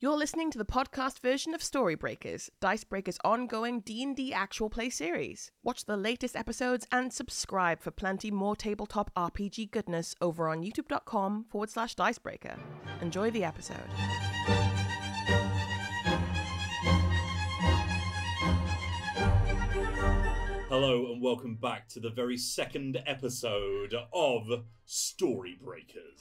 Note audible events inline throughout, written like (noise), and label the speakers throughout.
Speaker 1: You're listening to the podcast version of Storybreakers, Dicebreaker's ongoing D&D actual play series. Watch the latest episodes and subscribe for plenty more tabletop RPG goodness over on youtube.com forward slash dicebreaker. Enjoy the episode.
Speaker 2: Hello and welcome back to the very second episode of Story Breakers.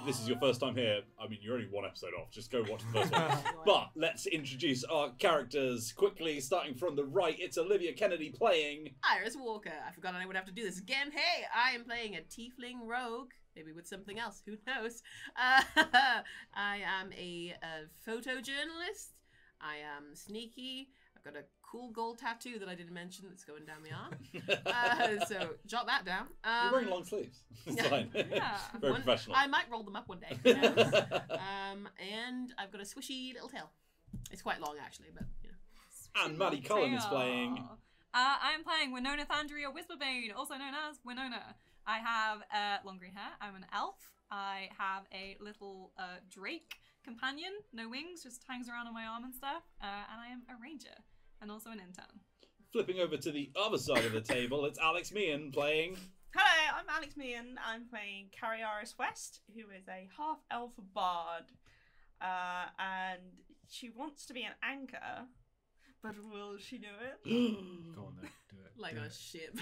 Speaker 2: If this is your first time here. I mean, you're only one episode off. Just go watch the first
Speaker 3: (laughs)
Speaker 2: one. But let's introduce our characters quickly. Starting from the right, it's Olivia Kennedy playing. (laughs)
Speaker 3: Iris Walker. I forgot I would have to do this again. Hey, I am playing a tiefling rogue, maybe with something else. Who knows? (laughs) Uh, I am a, a photojournalist. I am sneaky. I've got a cool gold tattoo that I didn't mention that's going down my
Speaker 2: (laughs)
Speaker 3: arm. Uh, so jot that down. Um,
Speaker 2: you're wearing long sleeves. (laughs) It's
Speaker 3: yeah.
Speaker 2: fine.
Speaker 3: yeah.
Speaker 2: very
Speaker 3: One-
Speaker 2: professional.
Speaker 3: I might roll them up one day. Who
Speaker 2: (laughs)
Speaker 3: knows? um, and I've got a swishy little tail. It's quite long actually, but you know.
Speaker 2: And Maddie Cullen is playing.
Speaker 4: Uh, I'm playing Winona Thandria Whisperbane, also known as Winona. I have uh, long green hair. I'm an elf. I have a little uh, drake companion, no wings, just hangs around on my arm and stuff. Uh, and I am a ranger and also an intern.
Speaker 2: Flipping over to the other side of the table, it's Alex Meehan playing.
Speaker 5: Hello, I'm Alex Meehan. I'm playing Carriaris West, who is a half elf bard. Uh, and she wants to be an anchor, but will she do it?
Speaker 6: Go on then, do it.
Speaker 3: (laughs) Like
Speaker 6: do
Speaker 3: on a
Speaker 6: it.
Speaker 3: ship.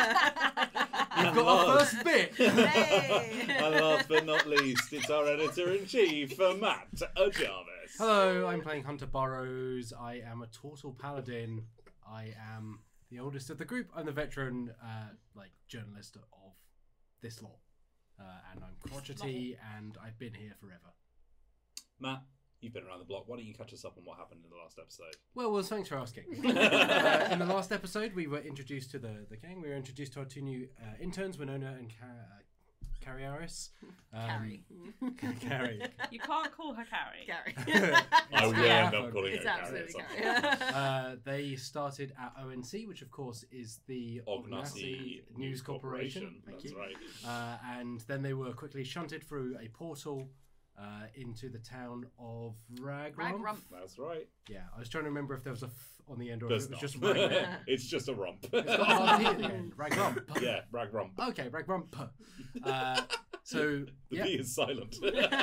Speaker 6: We've got our first bit.
Speaker 2: (laughs)
Speaker 3: Hey!
Speaker 2: and last but not least, it's our editor in chief, Matt Jarvis.
Speaker 6: Hello, I'm playing Hunter Burrows. I am a total paladin. I am the oldest of the group. I'm the veteran, uh, like journalist of this lot, uh, and I'm crotchety, and I've been here forever.
Speaker 2: Matt, you've been around the block. Why don't you catch us up on what happened in the last episode?
Speaker 6: Well, well, thanks for asking. uh, in the last episode, we were introduced to the, the gang. We were introduced to our two new uh, interns, Winona and Ca- uh, Carriaris. Um, (laughs)
Speaker 3: Carrie.
Speaker 6: Carrie. Oh,
Speaker 5: You can't call her Carrie.
Speaker 6: (laughs)
Speaker 3: Carrie.
Speaker 2: I will
Speaker 6: Yeah.
Speaker 2: Oh, end up calling it
Speaker 3: It's
Speaker 2: Gary at
Speaker 3: absolutely
Speaker 2: some
Speaker 3: Carrie.
Speaker 2: point.
Speaker 3: (laughs)
Speaker 6: (laughs) Uh, they started at ONC, which of course is the
Speaker 2: Ognasi
Speaker 6: Ognasi News Corporation. Thank
Speaker 2: That's
Speaker 6: you.
Speaker 2: right.
Speaker 6: Uh, and then they were quickly shunted through a portal uh, into the town of Ragrump.
Speaker 3: Ragrump.
Speaker 2: That's right.
Speaker 6: Yeah, I was trying to remember if there was a f on the end or if
Speaker 2: There's
Speaker 6: it was
Speaker 2: not.
Speaker 6: just Ragrump.
Speaker 2: (laughs) it's just a romp.
Speaker 6: it's got an RT at the end.
Speaker 2: (laughs)
Speaker 6: Ragrump.
Speaker 2: yeah, rag romp.
Speaker 6: Okay, Ragrump. (laughs) Uh, so
Speaker 2: The
Speaker 6: yeah, uh,
Speaker 2: B is
Speaker 6: (laughs)
Speaker 2: silent.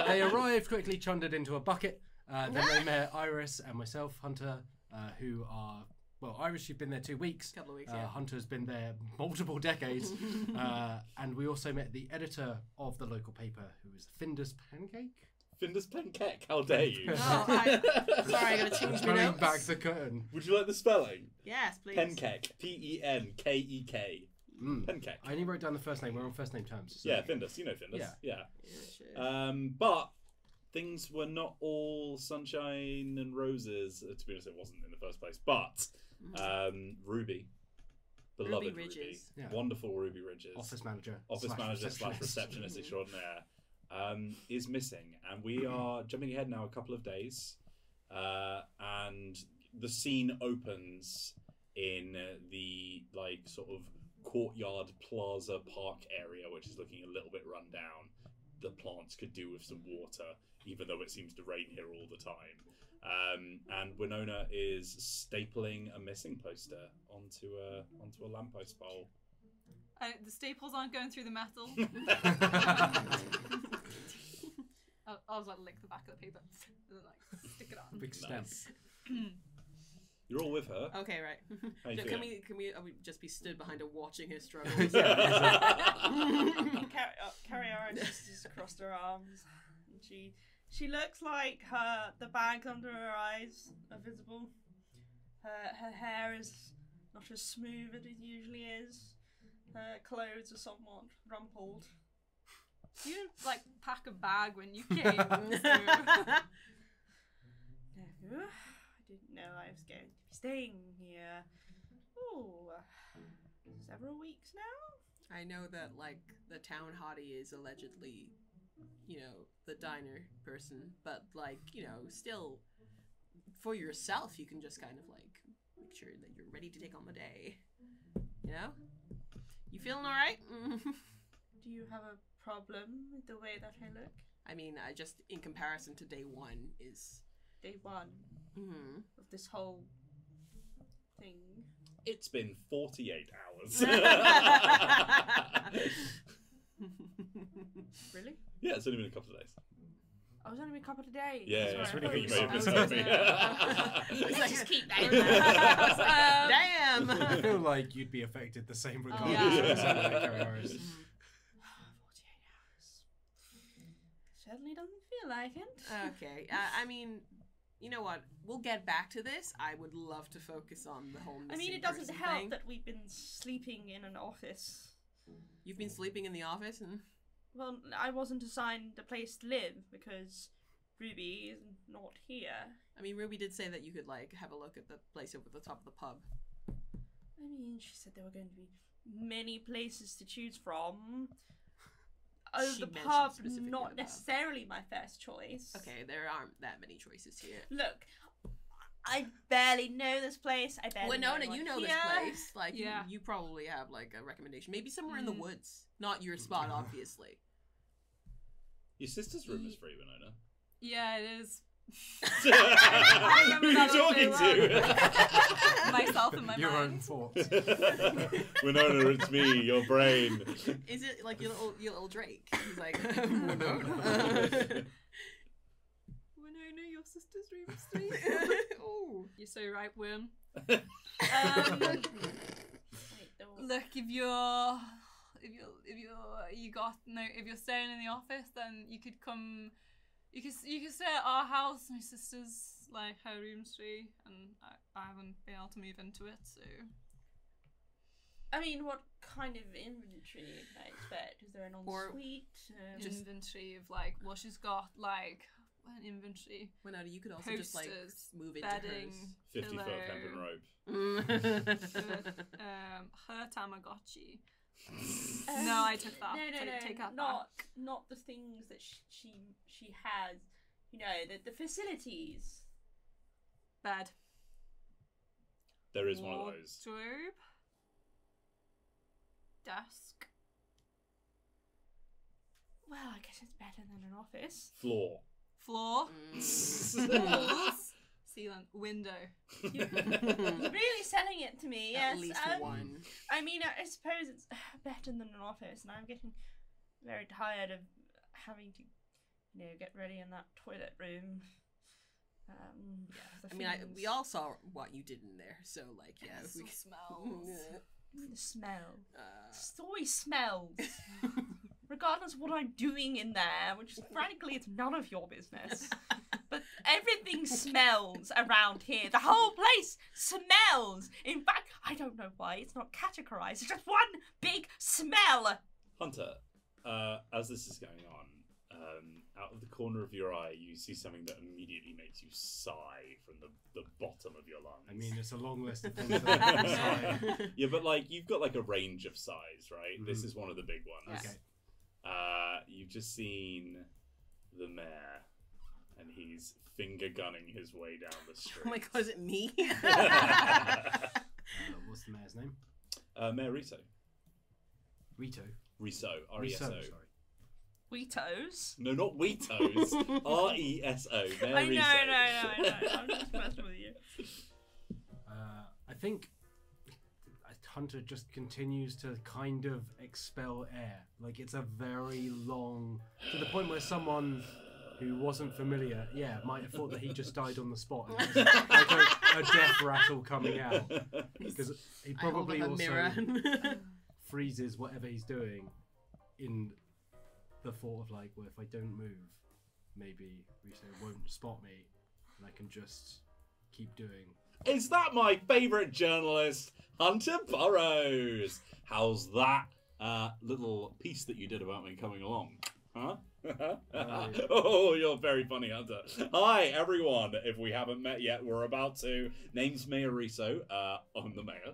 Speaker 6: they arrived quickly, chundered into a bucket. Uh, then they met Iris and myself, Hunter, uh, who are well, Iris, you've been there two weeks.
Speaker 3: Couple of weeks,
Speaker 6: Uh,
Speaker 3: yeah.
Speaker 6: Hunter's been there multiple decades,
Speaker 3: (laughs)
Speaker 6: uh, and we also met the editor of the local paper, who is Findus Pancake.
Speaker 2: (laughs) Findus Penkek, how dare you?
Speaker 3: Oh,
Speaker 2: (laughs)
Speaker 3: I- sorry, I gotta
Speaker 6: I'm
Speaker 3: change my
Speaker 6: throwing
Speaker 3: notes.
Speaker 6: back the curtain.
Speaker 2: Would you like the spelling?
Speaker 3: Yes, please.
Speaker 2: Penkek. P E N K E K.
Speaker 6: Mm.
Speaker 2: Penkek.
Speaker 6: I only wrote down the first name. We're on first name terms. so-
Speaker 2: Yeah, Findus. You know Findus.
Speaker 6: Yeah.
Speaker 2: yeah.
Speaker 3: Yeah, sure.
Speaker 6: Uh,
Speaker 2: Um, but things were not all sunshine and roses. Uh, To be honest, it wasn't in the first place. But
Speaker 3: Mm-hmm.
Speaker 6: uh,
Speaker 2: um, Ruby, beloved Ruby,
Speaker 3: Mm. Ridges.
Speaker 6: Yeah.
Speaker 2: wonderful Ruby Ridges,
Speaker 6: Office manager.
Speaker 2: office manager slash receptionist extraordinaire, um, is missing, and we are jumping ahead now a couple of days, uh, and the scene opens in the like sort of courtyard plaza park area which is looking a little bit run down the plants could do with some water, even though it seems to rain here all the time. Um, and Winona is stapling a missing poster onto a onto a lamppost pole.
Speaker 4: Uh, the staples aren't going through
Speaker 2: (laughs)
Speaker 4: the metal. (laughs) I, I was like, lick the back of the paper and then, like, stick it on.
Speaker 6: (laughs) Big stamp.
Speaker 2: You're all with her.
Speaker 3: Okay, right. (laughs)
Speaker 2: How you
Speaker 3: So
Speaker 2: feeling?
Speaker 3: Uh, can we can we, are we just be stood behind her watching
Speaker 6: (laughs)
Speaker 3: her struggle? (laughs)
Speaker 5: (laughs) Car- uh, Carriaris just, just crossed her arms. And she she looks like her the bags under her eyes are visible. Her her hair is not as smooth as it usually is. Her clothes are somewhat rumpled.
Speaker 4: You didn't, like, pack a bag when you
Speaker 3: (laughs)
Speaker 4: came. so-
Speaker 3: That's
Speaker 5: No, I didn't know I was going to be staying here. Oh, several weeks now.
Speaker 3: I know that like the town hottie is allegedly, you know, the diner person, but like you know, still for yourself, you can just kind of like make sure that you're ready to take on the day. You know, you feeling all right? (laughs)
Speaker 5: Do you have a problem with the way that I look?
Speaker 3: I mean, I just in comparison to day one is.
Speaker 7: Day one
Speaker 3: (laughs) Hmm.
Speaker 7: of this whole thing.
Speaker 2: It's been 48 (laughs) hours.
Speaker 7: Really?
Speaker 2: yeah, it's only been a couple of days.
Speaker 7: I was only a couple of days.
Speaker 2: Yeah, yeah,
Speaker 7: Sorry, I
Speaker 2: it's really
Speaker 7: thought
Speaker 2: good
Speaker 7: you
Speaker 2: you
Speaker 7: said
Speaker 2: made
Speaker 7: that
Speaker 2: this (laughs) happy. (laughs)
Speaker 7: was a-
Speaker 3: Let's just keep
Speaker 7: (laughs)
Speaker 3: that
Speaker 4: (laughs)
Speaker 7: in there.
Speaker 4: Um,
Speaker 3: I was like,
Speaker 6: I
Speaker 3: Damn.
Speaker 6: feel like you'd be affected the
Speaker 3: Oh,
Speaker 6: same regardless.
Speaker 2: yeah.
Speaker 6: of Santa Carrieris.
Speaker 3: (laughs)
Speaker 7: Certainly doesn't feel like it.
Speaker 3: okay. uh, I, I mean, you know what? We'll get back to this. I would love to focus on the whole.
Speaker 7: I mean,
Speaker 3: missing
Speaker 7: it doesn't
Speaker 3: person
Speaker 7: help
Speaker 3: thing.
Speaker 7: that we've been sleeping in an office.
Speaker 3: you've been sleeping in the office, and
Speaker 7: Well, I wasn't assigned a place to live because Ruby is not here.
Speaker 3: I mean, Ruby did say that you could like have a look at the place over the top of the pub.
Speaker 7: I mean, she said there were going to be many places to choose from. Oh,
Speaker 3: She
Speaker 7: the
Speaker 3: mentioned
Speaker 7: pub,
Speaker 3: specifically the
Speaker 7: not
Speaker 3: pub.
Speaker 7: necessarily my first choice.
Speaker 3: Okay, there aren't that many choices here.
Speaker 7: Look, I barely know this place. I barely know
Speaker 3: Winona,
Speaker 7: anyone
Speaker 3: you know this
Speaker 7: here.
Speaker 3: place. Like, you-
Speaker 4: Yeah.
Speaker 3: you, probably have like a recommendation. Maybe somewhere in the
Speaker 4: Mm.
Speaker 3: woods. Not your spot, (laughs) obviously.
Speaker 2: Your sister's room is free, (laughs) Winona.
Speaker 4: Yeah, it is.
Speaker 2: Who are you talking to?
Speaker 4: (laughs) Myself and my
Speaker 6: Your own
Speaker 4: mind.
Speaker 2: (laughs)
Speaker 6: thoughts.
Speaker 2: Winona, it's me, your (laughs) brain.
Speaker 3: Is it like your little, your little Drake? He's (laughs) like, "Hmm, (laughs) Winona.
Speaker 4: Winona, your sister's room
Speaker 3: (laughs)
Speaker 4: (laughs)
Speaker 3: Ooh.
Speaker 4: You're so right, Wim. (laughs)
Speaker 7: Um, wait, there was-
Speaker 4: Look, if you're if you're if you're you got no if you're staying in the office, then you could come. You could you could stay at our house. My sister's like her room's free, and I, I haven't been able to move into it. So
Speaker 7: I mean, what kind of inventory can I expect? Is there an
Speaker 3: Or
Speaker 7: ensuite? Um,
Speaker 4: just inventory of like well, she's got like an inventory
Speaker 3: (laughs) Winona, you could also just like
Speaker 4: Posters,
Speaker 3: move into
Speaker 4: bedding,
Speaker 2: 50 foot
Speaker 4: pillow,
Speaker 2: hempen rope.
Speaker 3: hers. (laughs)
Speaker 4: um, her Tamagotchi. no, I took that.
Speaker 7: Um, No, no,
Speaker 4: Take-
Speaker 7: no,
Speaker 4: take that
Speaker 7: not
Speaker 4: back.
Speaker 7: not the things that she she, she has. You know, the, the facilities.
Speaker 4: Bed.
Speaker 2: There is one of those.
Speaker 4: Wardrobe. Desk.
Speaker 7: Well, I guess it's better than an office.
Speaker 2: Floor. (laughs)
Speaker 4: Floor.
Speaker 7: Mm.
Speaker 4: (laughs)
Speaker 7: (laughs)
Speaker 4: Walls. Ceiling. Window.
Speaker 2: (laughs)
Speaker 7: You're really selling it to me. yes.
Speaker 3: At least
Speaker 7: um,
Speaker 3: one.
Speaker 7: I mean, I suppose it's uh, better than an office, and I'm getting very tired of having to, you know, get ready in that toilet room. Um,
Speaker 3: I
Speaker 7: the
Speaker 3: mean, I,
Speaker 7: fumes.
Speaker 3: we all saw what you did in there, so like, yeah, if
Speaker 4: Yes,
Speaker 3: we
Speaker 4: it
Speaker 3: (laughs)
Speaker 4: smells.
Speaker 7: the smell.
Speaker 3: Uh,
Speaker 7: It's always (laughs) smells. Regardless of what I'm doing in there, which is frankly it's none of your business. But everything smells around here. The whole place smells. In fact, I don't know why. It's not categorized. It's just one big smell.
Speaker 2: Hunter, uh, as this is going on, um, out of the corner of your eye, you see something that immediately makes you sigh from the, the bottom of your lungs.
Speaker 6: I mean, it's a long list of things
Speaker 2: (laughs)
Speaker 3: (laughs) Uh,
Speaker 6: that I can sigh.
Speaker 2: yeah, but like you've got like a range of sighs, right? This
Speaker 6: Mhm.
Speaker 2: is one of the big ones.
Speaker 6: Okay.
Speaker 2: Uh, you've just seen the mayor, and he's finger gunning his way down
Speaker 7: (laughs)
Speaker 2: the street. (laughs)
Speaker 3: oh my god, is it me?
Speaker 6: Uh, what's the mayor's name?
Speaker 2: uh, Mayor Riso.
Speaker 6: Rito.
Speaker 2: Riso.
Speaker 6: Riso,
Speaker 2: R-E-S-O.
Speaker 6: sorry.
Speaker 7: Weetos.
Speaker 2: E No, not Weetos.
Speaker 7: (laughs)
Speaker 2: R-E-S-O. Mayor
Speaker 7: I know,
Speaker 2: Riso.
Speaker 7: I know, I know, I know. I'm
Speaker 2: (laughs)
Speaker 7: just messing with you.
Speaker 6: Uh, I think Hunter just continues to kind of expel air. Like it's a very long, to the point where someone who wasn't familiar, yeah, might have thought that he just died on the spot. And it was like a, a death rattle coming out because he
Speaker 3: I hold up
Speaker 6: probably
Speaker 3: a mirror. (laughs)
Speaker 6: also freezes whatever he's doing in the thought of like, well, if I don't move, maybe Riso won't spot me, and I can just keep doing
Speaker 2: (laughs) Is that my favourite journalist, Hunter Burrows? How's that uh, little piece that you did about me coming along? Huh? (laughs) oh, you're very funny, Hunter. Hi, everyone. If we haven't met yet, we're about to. Name's Mayor Riso. Uh, I'm the mayor.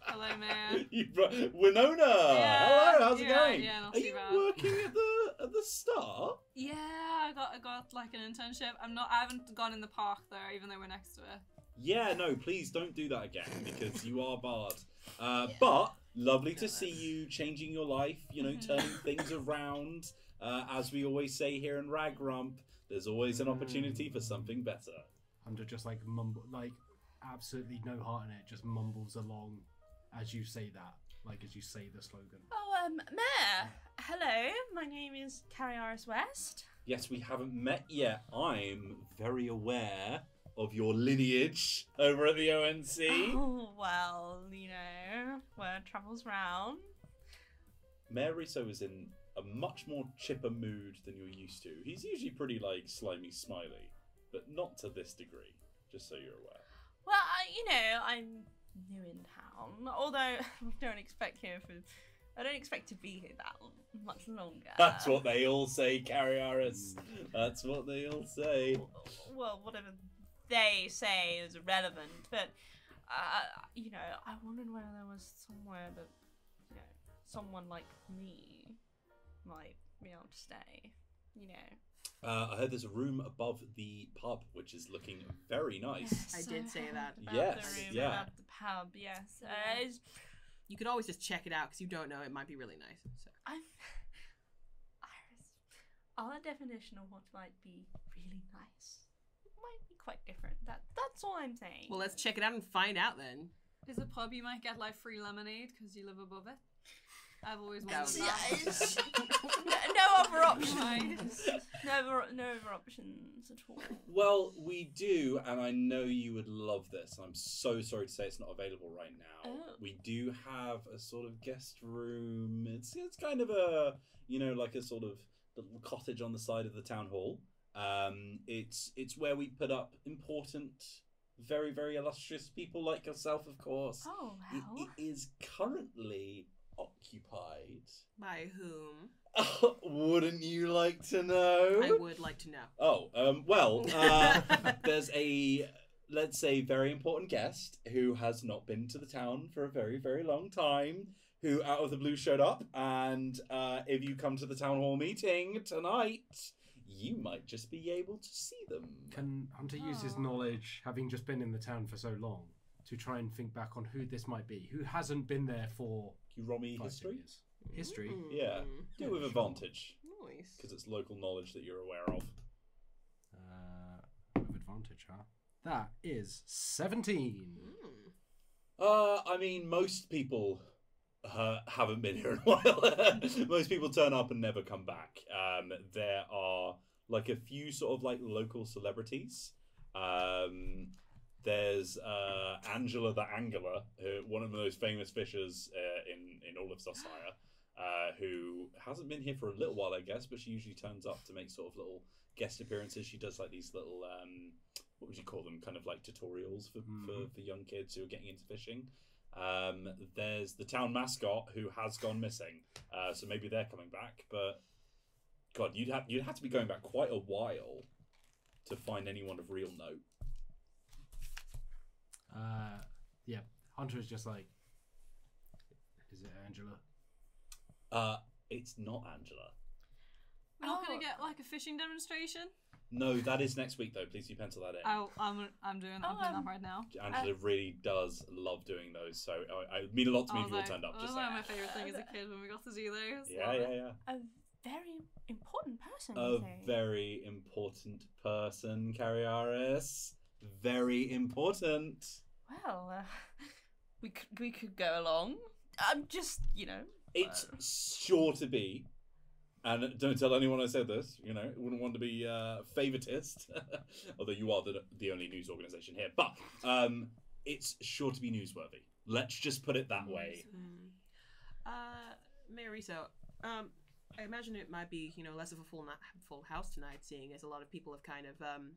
Speaker 4: Hello,
Speaker 2: (laughs)
Speaker 4: man.
Speaker 2: you bro- Winona.
Speaker 4: Yeah,
Speaker 2: Hello. How's it
Speaker 4: yeah,
Speaker 2: going?
Speaker 4: yeah, not
Speaker 2: Are
Speaker 4: too
Speaker 2: you
Speaker 4: bad.
Speaker 2: working at the at the Star?
Speaker 4: Yeah, I got I got like an internship. I'm not. I haven't gone in the park though, even though we're next to it.
Speaker 2: Yeah, no, please don't do that again because you are barred. Uh, But lovely to see you changing your life, you know, turning things around. Uh, as we always say here in Rag Rump, there's always an opportunity for something better.
Speaker 6: And to just like mumble, like absolutely no heart in it, just mumbles along as you say that, like as you say the slogan.
Speaker 7: (laughs) Oh, um, Mayor. Hello, my name is Carrie Iris West.
Speaker 2: Yes, we haven't met yet. I'm very aware of your lineage over at the ONC.
Speaker 7: Oh, well, you know, word travels round.
Speaker 2: Mayor Riso is in a much more chipper mood than you're used to. He's usually pretty like slimy, smiley, but not to this degree. Just so you're aware.
Speaker 7: Well, I, you know, I'm new in town. Although (laughs) I don't expect here for, I don't expect to be here that l- much longer.
Speaker 2: That's what they all say, Carriaris. That's what they all say.
Speaker 7: Uh, Well, whatever they say is irrelevant, but uh, you know, I wondered whether there was somewhere that, you know, someone like me might be able to stay. You know.
Speaker 2: Uh, I heard there's a room above the pub which is looking very nice.
Speaker 1: I did say
Speaker 7: heard
Speaker 1: that.
Speaker 7: About
Speaker 2: Yes,
Speaker 7: the room,
Speaker 2: yeah.
Speaker 7: About the pub, yes. Uh,
Speaker 4: Yeah.
Speaker 7: it's-
Speaker 1: You could always just check it out because you don't know. It might be really nice. So.
Speaker 7: I'm (laughs) Iris. Our definition of what might be really nice might be quite different. That that's all I'm saying.
Speaker 1: Well, let's check it out and find out then.
Speaker 4: There's a pub you might get like free lemonade because you live above it. I've always wanted
Speaker 7: It's-
Speaker 4: that.
Speaker 7: (laughs) (laughs) no, no other
Speaker 4: Right.
Speaker 7: options. (laughs) No other, no other options at all.
Speaker 2: Well, we do, and I know you would love this. I'm so sorry to say it's not available right now.
Speaker 7: Oh.
Speaker 2: We do have a sort of guest room. It's it's kind of a you know like a sort of little cottage on the side of the town hall. Um, it's it's where we put up important, very very illustrious people like yourself, of course.
Speaker 7: Oh
Speaker 2: It-
Speaker 7: well.
Speaker 2: it is currently occupied. (laughs)
Speaker 1: By whom?
Speaker 2: Wouldn't you like to know?
Speaker 1: I would like to know.
Speaker 2: Oh, um, well, uh, there's a, let's say, very important guest who has not been to the town for a very, very long time, who out of the blue showed up. And uh, if you come to the town hall meeting tonight, you might just be able to see them.
Speaker 6: Can Hunter use his
Speaker 4: Aw.
Speaker 6: knowledge, having just been in the town for so long, to try and think back on who this might be, who hasn't been there for
Speaker 2: you roll me
Speaker 6: five,
Speaker 2: history?
Speaker 6: years? History.
Speaker 2: Yeah.
Speaker 1: Mm,
Speaker 2: Do it with advantage,
Speaker 1: Nice.
Speaker 2: because it's local knowledge that you're aware of.
Speaker 6: Uh, with advantage, huh? That is seventeen.
Speaker 1: Mm.
Speaker 2: Uh, I mean, most people uh, haven't been here in a (laughs) while. most people turn up and never come back. Um, there are like a few sort of like local celebrities. Um, there's uh, Angela the Angler, who, one of the most famous fishers uh, in in all of Sussex, uh, who hasn't been here for a little while, I guess, but she usually turns up to make sort of little guest appearances. She does like these little um, what would you call them? Kind of like tutorials for, for,
Speaker 6: Mhm.
Speaker 2: for young kids who are getting into fishing. Um, there's the town mascot who has gone missing, uh, so maybe they're coming back. But God, you'd have you'd have to be going back quite a while to find anyone of real note.
Speaker 6: Uh, yeah. Hunter is just like, is it Angela?
Speaker 2: Uh, it's not Angela.
Speaker 4: (laughs) We're not
Speaker 7: Oh.
Speaker 4: gonna get like a fishing demonstration.
Speaker 2: No, that is next week though. Please do pencil that in.
Speaker 4: Oh, I'm I'm doing that. I'm doing
Speaker 7: Um,
Speaker 4: that right now.
Speaker 2: Angela really does love doing those, so I, I it mean a lot to me if you all
Speaker 4: Although-
Speaker 2: turned up.
Speaker 4: that was
Speaker 2: Just
Speaker 4: one of
Speaker 2: saying.
Speaker 4: my favorite things as a kid when we got to do those.
Speaker 2: yeah,
Speaker 4: Love
Speaker 2: yeah,
Speaker 4: it.
Speaker 2: yeah.
Speaker 7: A very important person.
Speaker 2: A
Speaker 7: you say?
Speaker 2: very important person, Carriaris. Very important.
Speaker 7: Well, uh, (laughs) we could we could go along. I'm just you know.
Speaker 2: It's
Speaker 7: Wow.
Speaker 2: sure to be, and don't tell anyone I said this. You know, wouldn't want to be uh, favoritist, (laughs) although you are the the only news organisation here. But um, it's sure to be newsworthy. Let's just put it that way.
Speaker 1: Mm. Uh, Mayor Riso, um, I imagine it might be, you know, less of a full, na- full house tonight, seeing as a lot of people have kind of um,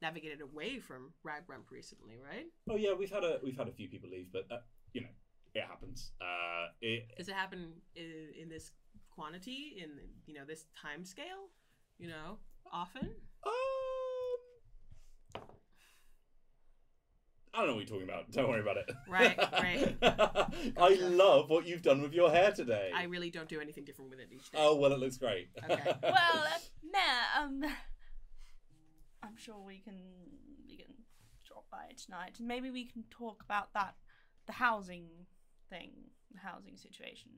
Speaker 1: navigated away from Rag Rump recently, right?
Speaker 2: Oh yeah, we've had a we've had a few people leave, but uh, you know, it happens. Uh, it
Speaker 1: Does it happen in, in this quantity, in, you know, this time scale, you know, often?
Speaker 2: Um, I don't know what you're talking about. Don't worry about it.
Speaker 1: Right, right.
Speaker 2: (laughs) I love what you've done with your hair today.
Speaker 1: I really don't do anything different with it each
Speaker 4: (laughs)
Speaker 1: day.
Speaker 2: oh well, it looks great. (laughs)
Speaker 1: Okay.
Speaker 7: Well, uh, Mayor, um, I'm sure we can we can drop by tonight, and maybe we can talk about that, the housing thing, the housing situation.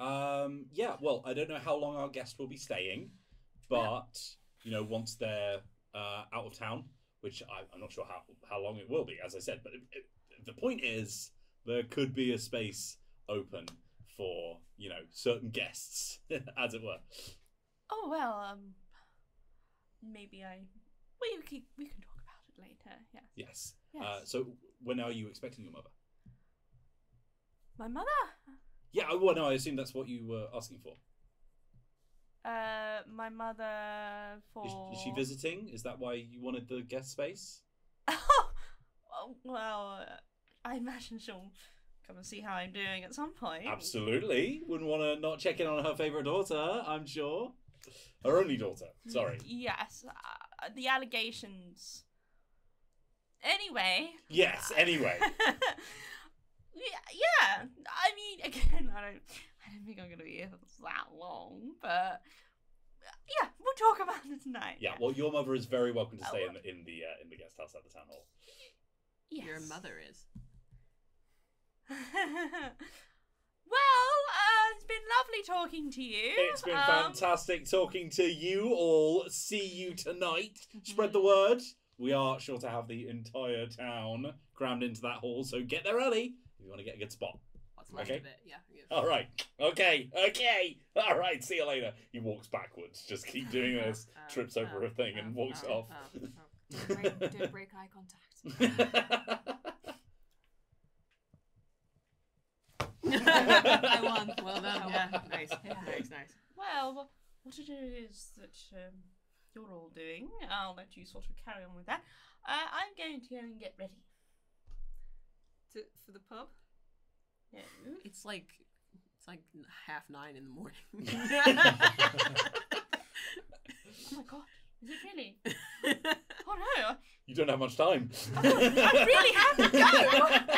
Speaker 2: Um, yeah, well, I don't know how long our guest will be staying, but you know, once they're uh, out of town, which I, I'm not sure how how long it will be, as I said, but it, it, the point is there could be a space open for you know certain guests, (laughs) as it were.
Speaker 7: Oh well, um, maybe I. We can we can talk about it later. Yeah.
Speaker 2: Yes.
Speaker 7: Yes.
Speaker 2: Uh, so when are you expecting your mother?
Speaker 7: My mother.
Speaker 2: Yeah, I- well, no, I assume that's what you were asking for.
Speaker 7: Uh, my mother for.
Speaker 2: Is, is she visiting? Is that why you wanted the guest space?
Speaker 7: (laughs) Oh, well, uh, I imagine she'll come and see how I'm doing at some point.
Speaker 2: Absolutely. Wouldn't want to not check in on her favourite daughter, I'm sure. Her only daughter.
Speaker 7: (laughs)
Speaker 2: Sorry.
Speaker 7: Yes, uh, the allegations. Anyway. (laughs)
Speaker 2: Yes, anyway.
Speaker 7: yeah, yeah. I mean, (laughs) again, I don't, I don't think I'm gonna be here for that long, but yeah, we'll talk about it tonight.
Speaker 2: Yeah, well, your mother is very welcome to stay in the in the, uh, in the guest house at the town hall.
Speaker 7: Yes.
Speaker 3: Your mother is.
Speaker 7: (laughs) well, uh, it's been lovely talking to you.
Speaker 2: It's been
Speaker 7: Um,
Speaker 2: fantastic talking to you all. See you tonight. Spread the word. We are sure to have the entire town crammed into that hall, so get there early if you want to get a good spot.
Speaker 3: What's left
Speaker 2: Okay. Oh,
Speaker 3: of it? Yeah. yeah.
Speaker 2: All right. Okay. Okay. All right. See you later. He walks backwards. Just keep doing this.
Speaker 3: Oh,
Speaker 2: Trips over
Speaker 3: oh,
Speaker 2: a thing
Speaker 3: oh,
Speaker 2: and walks
Speaker 3: oh,
Speaker 2: off. (laughs)
Speaker 3: oh, (laughs) oh.
Speaker 4: Don't break, don't break eye contact.
Speaker 3: I won. Well done. Yeah. Nice.
Speaker 4: Yeah.
Speaker 3: Nice. Nice.
Speaker 7: Well, what it is that um, you're all doing, I'll let you sort of carry on with that. Uh, I'm going to go and get ready.
Speaker 4: to, for the pub?
Speaker 7: No.
Speaker 3: It's like it's like half nine in the morning.
Speaker 2: (laughs)
Speaker 3: (laughs)
Speaker 7: Oh my god, is it
Speaker 3: (laughs)
Speaker 7: really? Oh no,
Speaker 2: you don't have much time.
Speaker 7: I really have to go!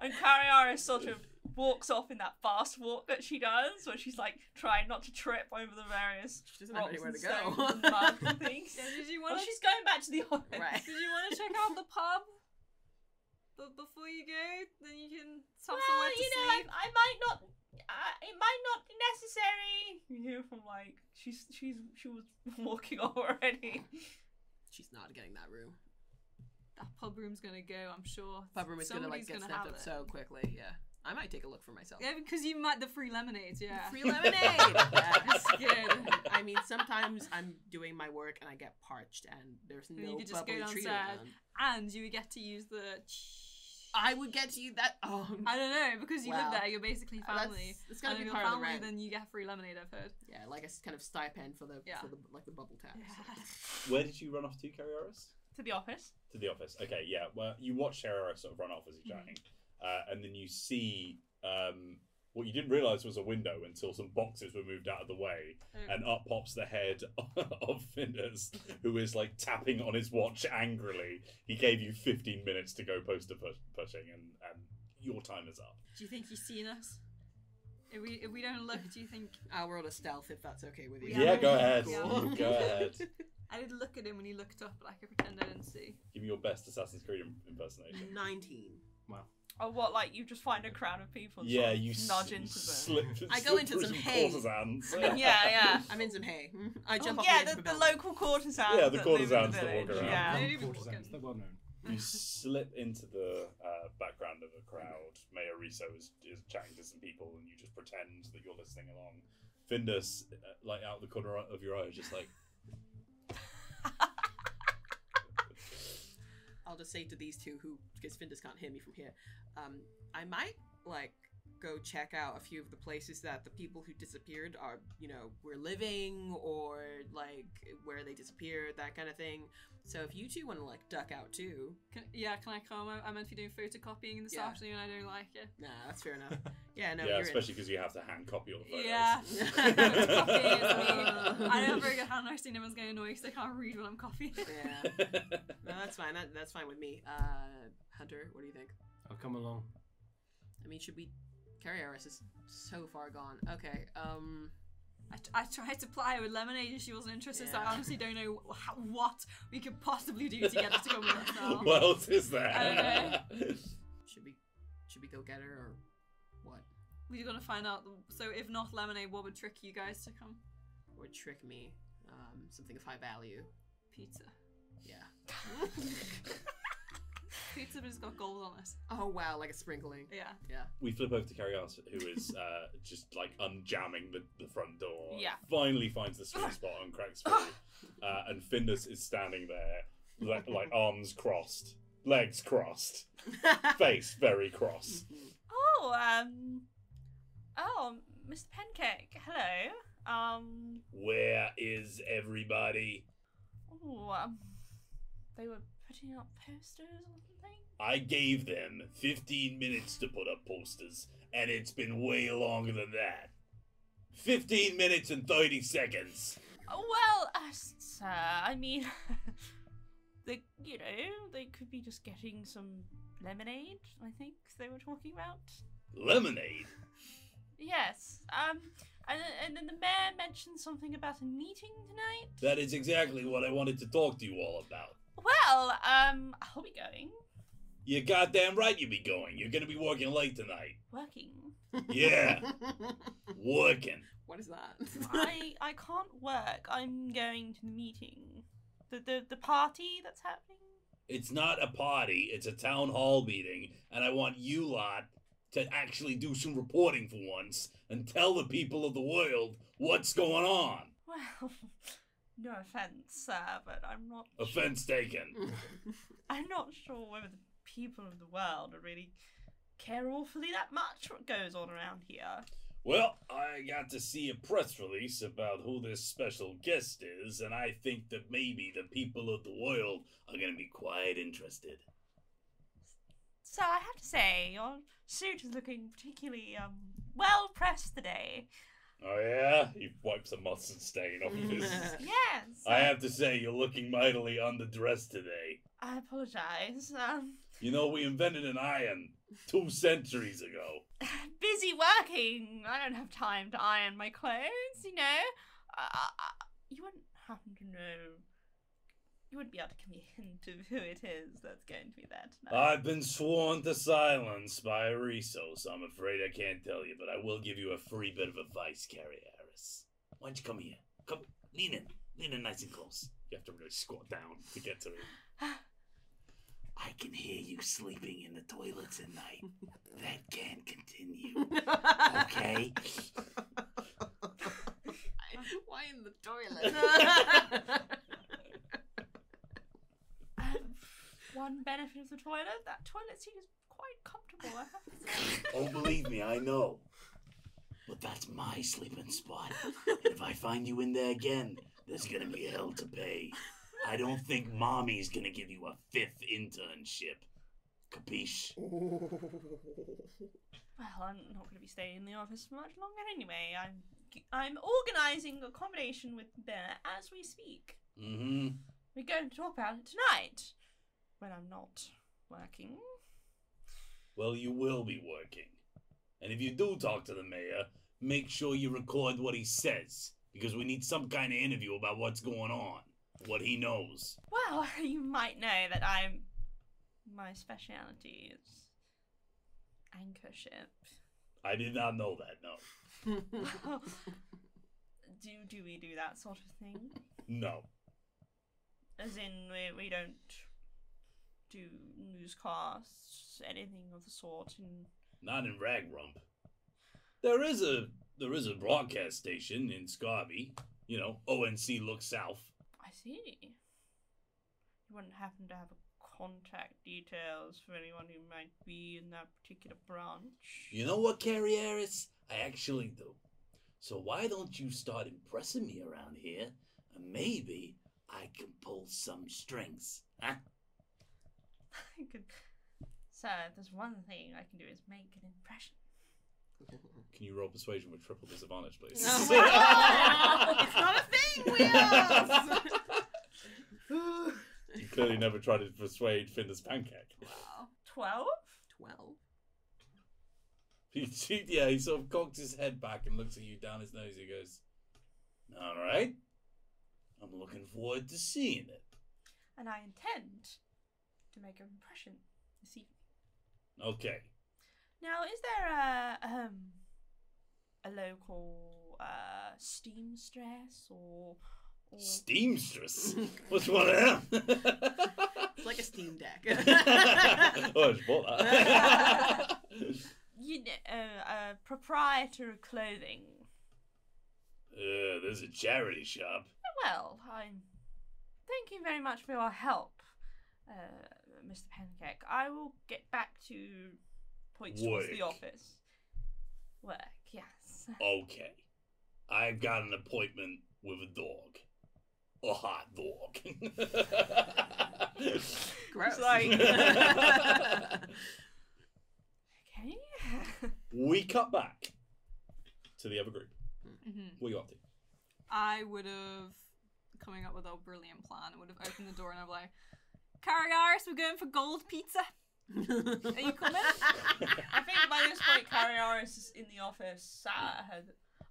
Speaker 7: and Kariara sort of walks off in that fast walk that she does, where she's like trying not to trip over the various
Speaker 3: she doesn't have
Speaker 7: rocks
Speaker 3: anywhere
Speaker 7: and
Speaker 3: to
Speaker 7: stones and
Speaker 3: go.
Speaker 7: mud and things.
Speaker 3: (laughs)
Speaker 4: Yeah, did you
Speaker 7: Well,
Speaker 4: want to
Speaker 7: she's going back to the
Speaker 1: (laughs)
Speaker 7: office. (laughs)
Speaker 3: right.
Speaker 4: Did you want to check out the pub? But before you go, then you can have
Speaker 7: well,
Speaker 4: somewhere to
Speaker 7: you know,
Speaker 4: sleep.
Speaker 7: I, I might not. Uh, it might not be necessary. You hear from like she's she's she was (laughs) walking off already.
Speaker 3: She's not getting that room.
Speaker 4: That pub room's gonna go, I'm sure.
Speaker 3: Pub room is gonna like
Speaker 4: Somebody's
Speaker 3: get
Speaker 4: gonna
Speaker 3: snapped
Speaker 4: have
Speaker 3: up
Speaker 4: it.
Speaker 3: so quickly. Yeah. I might take a look for myself.
Speaker 4: Yeah, because you might the free lemonades, yeah.
Speaker 3: Free
Speaker 4: (laughs)
Speaker 3: lemonade. That's good. I mean, sometimes I'm doing my work and I get parched, and there's
Speaker 4: you
Speaker 3: no
Speaker 4: could just go
Speaker 3: bubbly treat
Speaker 4: downstairs.
Speaker 3: around.
Speaker 4: and you get to use the.
Speaker 3: I would get you that. Oh,
Speaker 4: I don't know because you
Speaker 3: Wow.
Speaker 4: live there. You're basically family.
Speaker 3: That's, it's gonna
Speaker 4: And
Speaker 3: be
Speaker 4: if you're
Speaker 3: part of the
Speaker 4: family,
Speaker 3: rent.
Speaker 4: Then you get free lemonade. I've heard.
Speaker 3: Yeah, like a s- kind of stipend for the
Speaker 4: Yeah.
Speaker 3: for the like the bubble tap.
Speaker 2: (laughs)
Speaker 3: (laughs)
Speaker 2: Where did you run off to, Carrieris?
Speaker 7: to the office.
Speaker 2: To the office. Okay, yeah. Well, you watch Carrieris sort of run off as he's chatting, uh, and then you see um, what you didn't realise was a window until some boxes were moved out of the way,
Speaker 4: Oh.
Speaker 2: and up pops the head (laughs) of Finders, who is like tapping on his watch angrily. He gave you 15 minutes to go poster push- pushing, and, and your time is up.
Speaker 4: (laughs) Do you think he's seen us? If we if we don't look, do you think
Speaker 3: I'll roll a stealth if that's okay with you.
Speaker 4: Yeah, Yeah, go
Speaker 2: ahead.
Speaker 4: Cool.
Speaker 2: Go ahead.
Speaker 4: I did look at him when he looked up, but I could pretend I didn't see.
Speaker 2: Give me your best Assassin's Creed im-
Speaker 3: (laughs)
Speaker 2: impersonation.
Speaker 3: Nineteen.
Speaker 7: Or Oh, what? Like you just find a crowd of people. and
Speaker 2: Yeah,
Speaker 7: sort of
Speaker 2: you
Speaker 7: nudge
Speaker 2: s-
Speaker 7: into them.
Speaker 2: slip, (laughs)
Speaker 3: I go
Speaker 2: slip
Speaker 3: into
Speaker 2: through
Speaker 3: some hay.
Speaker 2: courtesans. (laughs)
Speaker 7: yeah, yeah.
Speaker 3: I'm in some hay. (laughs) Hmm? I
Speaker 7: Oh,
Speaker 3: jump off
Speaker 7: yeah,
Speaker 3: the edge
Speaker 7: the,
Speaker 3: of
Speaker 7: the
Speaker 3: a building.
Speaker 7: local courtesans.
Speaker 2: Yeah, the
Speaker 7: that live in
Speaker 2: courtesans that
Speaker 7: village,
Speaker 2: walk around.
Speaker 7: Yeah.
Speaker 4: Maybe we'll just
Speaker 6: Courtesans,
Speaker 4: go-
Speaker 6: they're well known.
Speaker 2: You slip into the uh, background of a crowd. Mayor Riso is, is chatting to some people, and you just pretend that you're listening along. Findus, uh, like out the corner of your eye, is just like,
Speaker 3: I'll just say to these two
Speaker 4: (laughs)
Speaker 3: who, because Findus can't hear me from here, um, I might like go check out a few of the places that the people who disappeared are, you know, were living or like where they disappeared, that kind of thing. So if you two want to like duck out too,
Speaker 4: Can, yeah, can I come? I, I meant to be doing photocopying this
Speaker 3: Yeah.
Speaker 4: afternoon. I don't like it.
Speaker 3: nah, that's fair enough. Yeah, no,
Speaker 2: yeah,
Speaker 3: you're
Speaker 2: especially because you have to hand copy all the photos. (laughs)
Speaker 4: Yeah. (laughs) photocopying is me. I don't have very
Speaker 2: very (laughs)
Speaker 4: (laughs) good handwriting. Everyone's getting annoyed because they can't read when I'm copying.
Speaker 3: in. Yeah, no, that's fine. That, that's fine with me. Uh, Hunter, what do you think?
Speaker 6: I'll come along.
Speaker 3: I mean, should we? Carrie is so far gone. Okay. Um,
Speaker 4: I, t- I tried to ply her with lemonade and she wasn't interested, so
Speaker 3: Yeah.
Speaker 4: I honestly don't know how, what we could possibly do to get her to come with us now.
Speaker 2: (laughs) what else is
Speaker 4: I
Speaker 2: there? (laughs)
Speaker 3: Should we should we go get her or what?
Speaker 4: We're gonna find out. So if not lemonade, what would trick you guys to come?
Speaker 3: Or trick me? Um, something of high value.
Speaker 4: Pizza.
Speaker 3: Yeah. (laughs)
Speaker 4: Pizza has got gold on it.
Speaker 3: Oh wow, like a sprinkling. (laughs)
Speaker 4: Yeah.
Speaker 2: we flip over to Carrias, who is uh, just like unjamming the, the front door.
Speaker 4: Yeah.
Speaker 2: Finally finds the sweet spot and cracks through. Uh, and Findus is standing there, like, like arms crossed, legs crossed, face very crossed.
Speaker 7: Oh, um, oh, Mr. Pancake, hello. Um,
Speaker 2: Where is everybody?
Speaker 7: ooh, um, they were putting up posters or something.
Speaker 2: I gave them 15 minutes to put up posters, and it's been way longer than that. 15 minutes and 30 seconds.
Speaker 7: Uh, Well, uh, sir, I mean, (laughs) they, you know, they could be just getting some lemonade. I think they were talking about.
Speaker 2: Lemonade?
Speaker 7: Yes. Um, and then- and then the mayor mentioned something about a meeting tonight.
Speaker 2: That is exactly what I wanted to talk to you all about.
Speaker 7: Well, um, I'll be going
Speaker 2: You're goddamn right you be going. You're gonna be working late tonight.
Speaker 7: working.
Speaker 3: (laughs)
Speaker 2: Yeah, working.
Speaker 3: what is that?
Speaker 7: I I can't work. I'm going to the meeting, the the, the party that's happening.
Speaker 2: It's not a party, it's a town hall meeting, and I want you lot to actually do some reporting for once and tell the people of the world what's going on.
Speaker 7: Well, (laughs) no offense, sir, but I'm not.
Speaker 2: Offense taken.
Speaker 7: I'm not sure whether the people of the world are really care awfully that much what goes on around here.
Speaker 2: Well, I got to see a press release about who this special guest is, and I think that maybe the people of the world are going to be quite interested.
Speaker 7: So I have to say, your suit is looking particularly um well pressed
Speaker 2: (laughs)
Speaker 7: today.
Speaker 2: Oh, yeah? He wipes a mustard stain off of his.
Speaker 7: Yes.
Speaker 2: I have to say, you're looking mightily underdressed today.
Speaker 7: I apologize. Um,
Speaker 2: You know, we invented an iron two centuries ago.
Speaker 7: busy working. I don't have time to iron my clothes, you know. Uh, you wouldn't happen to know. You wouldn't be able to give me a hint of who it is that's going to be there tonight.
Speaker 2: I've been sworn to silence by Resos. I'm afraid I can't tell you, but I will give you a free bit of advice, Carrie Harris. Why don't you come here? Come, lean in. Lean in nice and close. You have to really squat down to get to it. I can hear you sleeping in the toilets at (laughs) night. That can't continue, (laughs) okay?
Speaker 3: (laughs) Why in
Speaker 2: (laughs)
Speaker 3: the toilet?
Speaker 7: (sighs)
Speaker 3: (laughs) Oh
Speaker 7: Um, one benefit of the toilet: that toilet seat is quite comfortable. I have to say.
Speaker 2: Oh, believe me, I know. But that's my sleeping spot. And if I find you in there again, there's gonna be hell to pay. I don't think mommy's gonna give you a fifth internship. Capiche?
Speaker 7: Well, I'm not going to be staying in the office for much longer anyway. I'm I'm organising accommodation with Bear as we speak.
Speaker 2: Mm-hmm.
Speaker 7: We're going to talk about it tonight when I'm not working.
Speaker 2: Well, you will be working. And if you do talk to the mayor, make sure you record what he says. Because we need some kind of interview about what's going on. What he knows.
Speaker 7: Well, (laughs) you might know that I'm. My speciality is anchorship.
Speaker 2: I did not know that, no.
Speaker 7: do do we do that sort of thing?
Speaker 2: No.
Speaker 7: As in, we, we don't do newscasts, anything of the sort. And
Speaker 2: Not in Ragrump. There is a there is a broadcast station in Scarby. You know, ONC Look South.
Speaker 7: I see. You wouldn't happen to have contact details for anyone who might be in that particular branch.
Speaker 2: You know what, Carrie Harris? I actually do. So why don't you start impressing me around here, and maybe I can pull some strings, huh?
Speaker 7: (laughs) I could. So, if there's one thing I can do is make an impression.
Speaker 2: Can you roll persuasion with triple disadvantage, please?
Speaker 3: Oh my God. (laughs) it's not a thing, Wheels!
Speaker 2: (laughs) you clearly never tried to persuade Finder's pancake.
Speaker 3: wow.
Speaker 7: 12?
Speaker 3: Twelve.
Speaker 2: (laughs) He, yeah, he sort of cocked his head back and looks at you down his nose. He goes, All right. I'm looking forward to seeing it.
Speaker 7: and I intend to make an impression this evening.
Speaker 2: Okay.
Speaker 7: Now, is there a um a local uh, steamstress or or
Speaker 2: Steamstress.
Speaker 3: (laughs)
Speaker 2: What's one of them?
Speaker 3: It's like
Speaker 2: (laughs)
Speaker 3: a Steam Deck.
Speaker 2: oh, I just bought
Speaker 3: (laughs)
Speaker 2: that.
Speaker 7: you know, uh, a proprietor of clothing?
Speaker 2: uh, there's a charity shop.
Speaker 7: Well, I'm thank you very much for your help, uh, Mr. Pancake. I will get back to points towards the
Speaker 2: Work.
Speaker 7: office. Work, yes. (laughs)
Speaker 2: Okay. I've got an appointment with a dog. A hot dog. (laughs)
Speaker 3: Gross. (laughs)
Speaker 2: like-
Speaker 7: Okay.
Speaker 2: we cut back to the other group.
Speaker 4: Mm-hmm.
Speaker 2: What are you up to?
Speaker 4: I would have coming up with a brilliant plan. I would have opened the door and I'd be like, Karagaris, we're going for gold pizza. Are you
Speaker 7: (laughs)
Speaker 4: coming?
Speaker 7: (laughs) I think by this point, Carriaris is in the office, sat at her.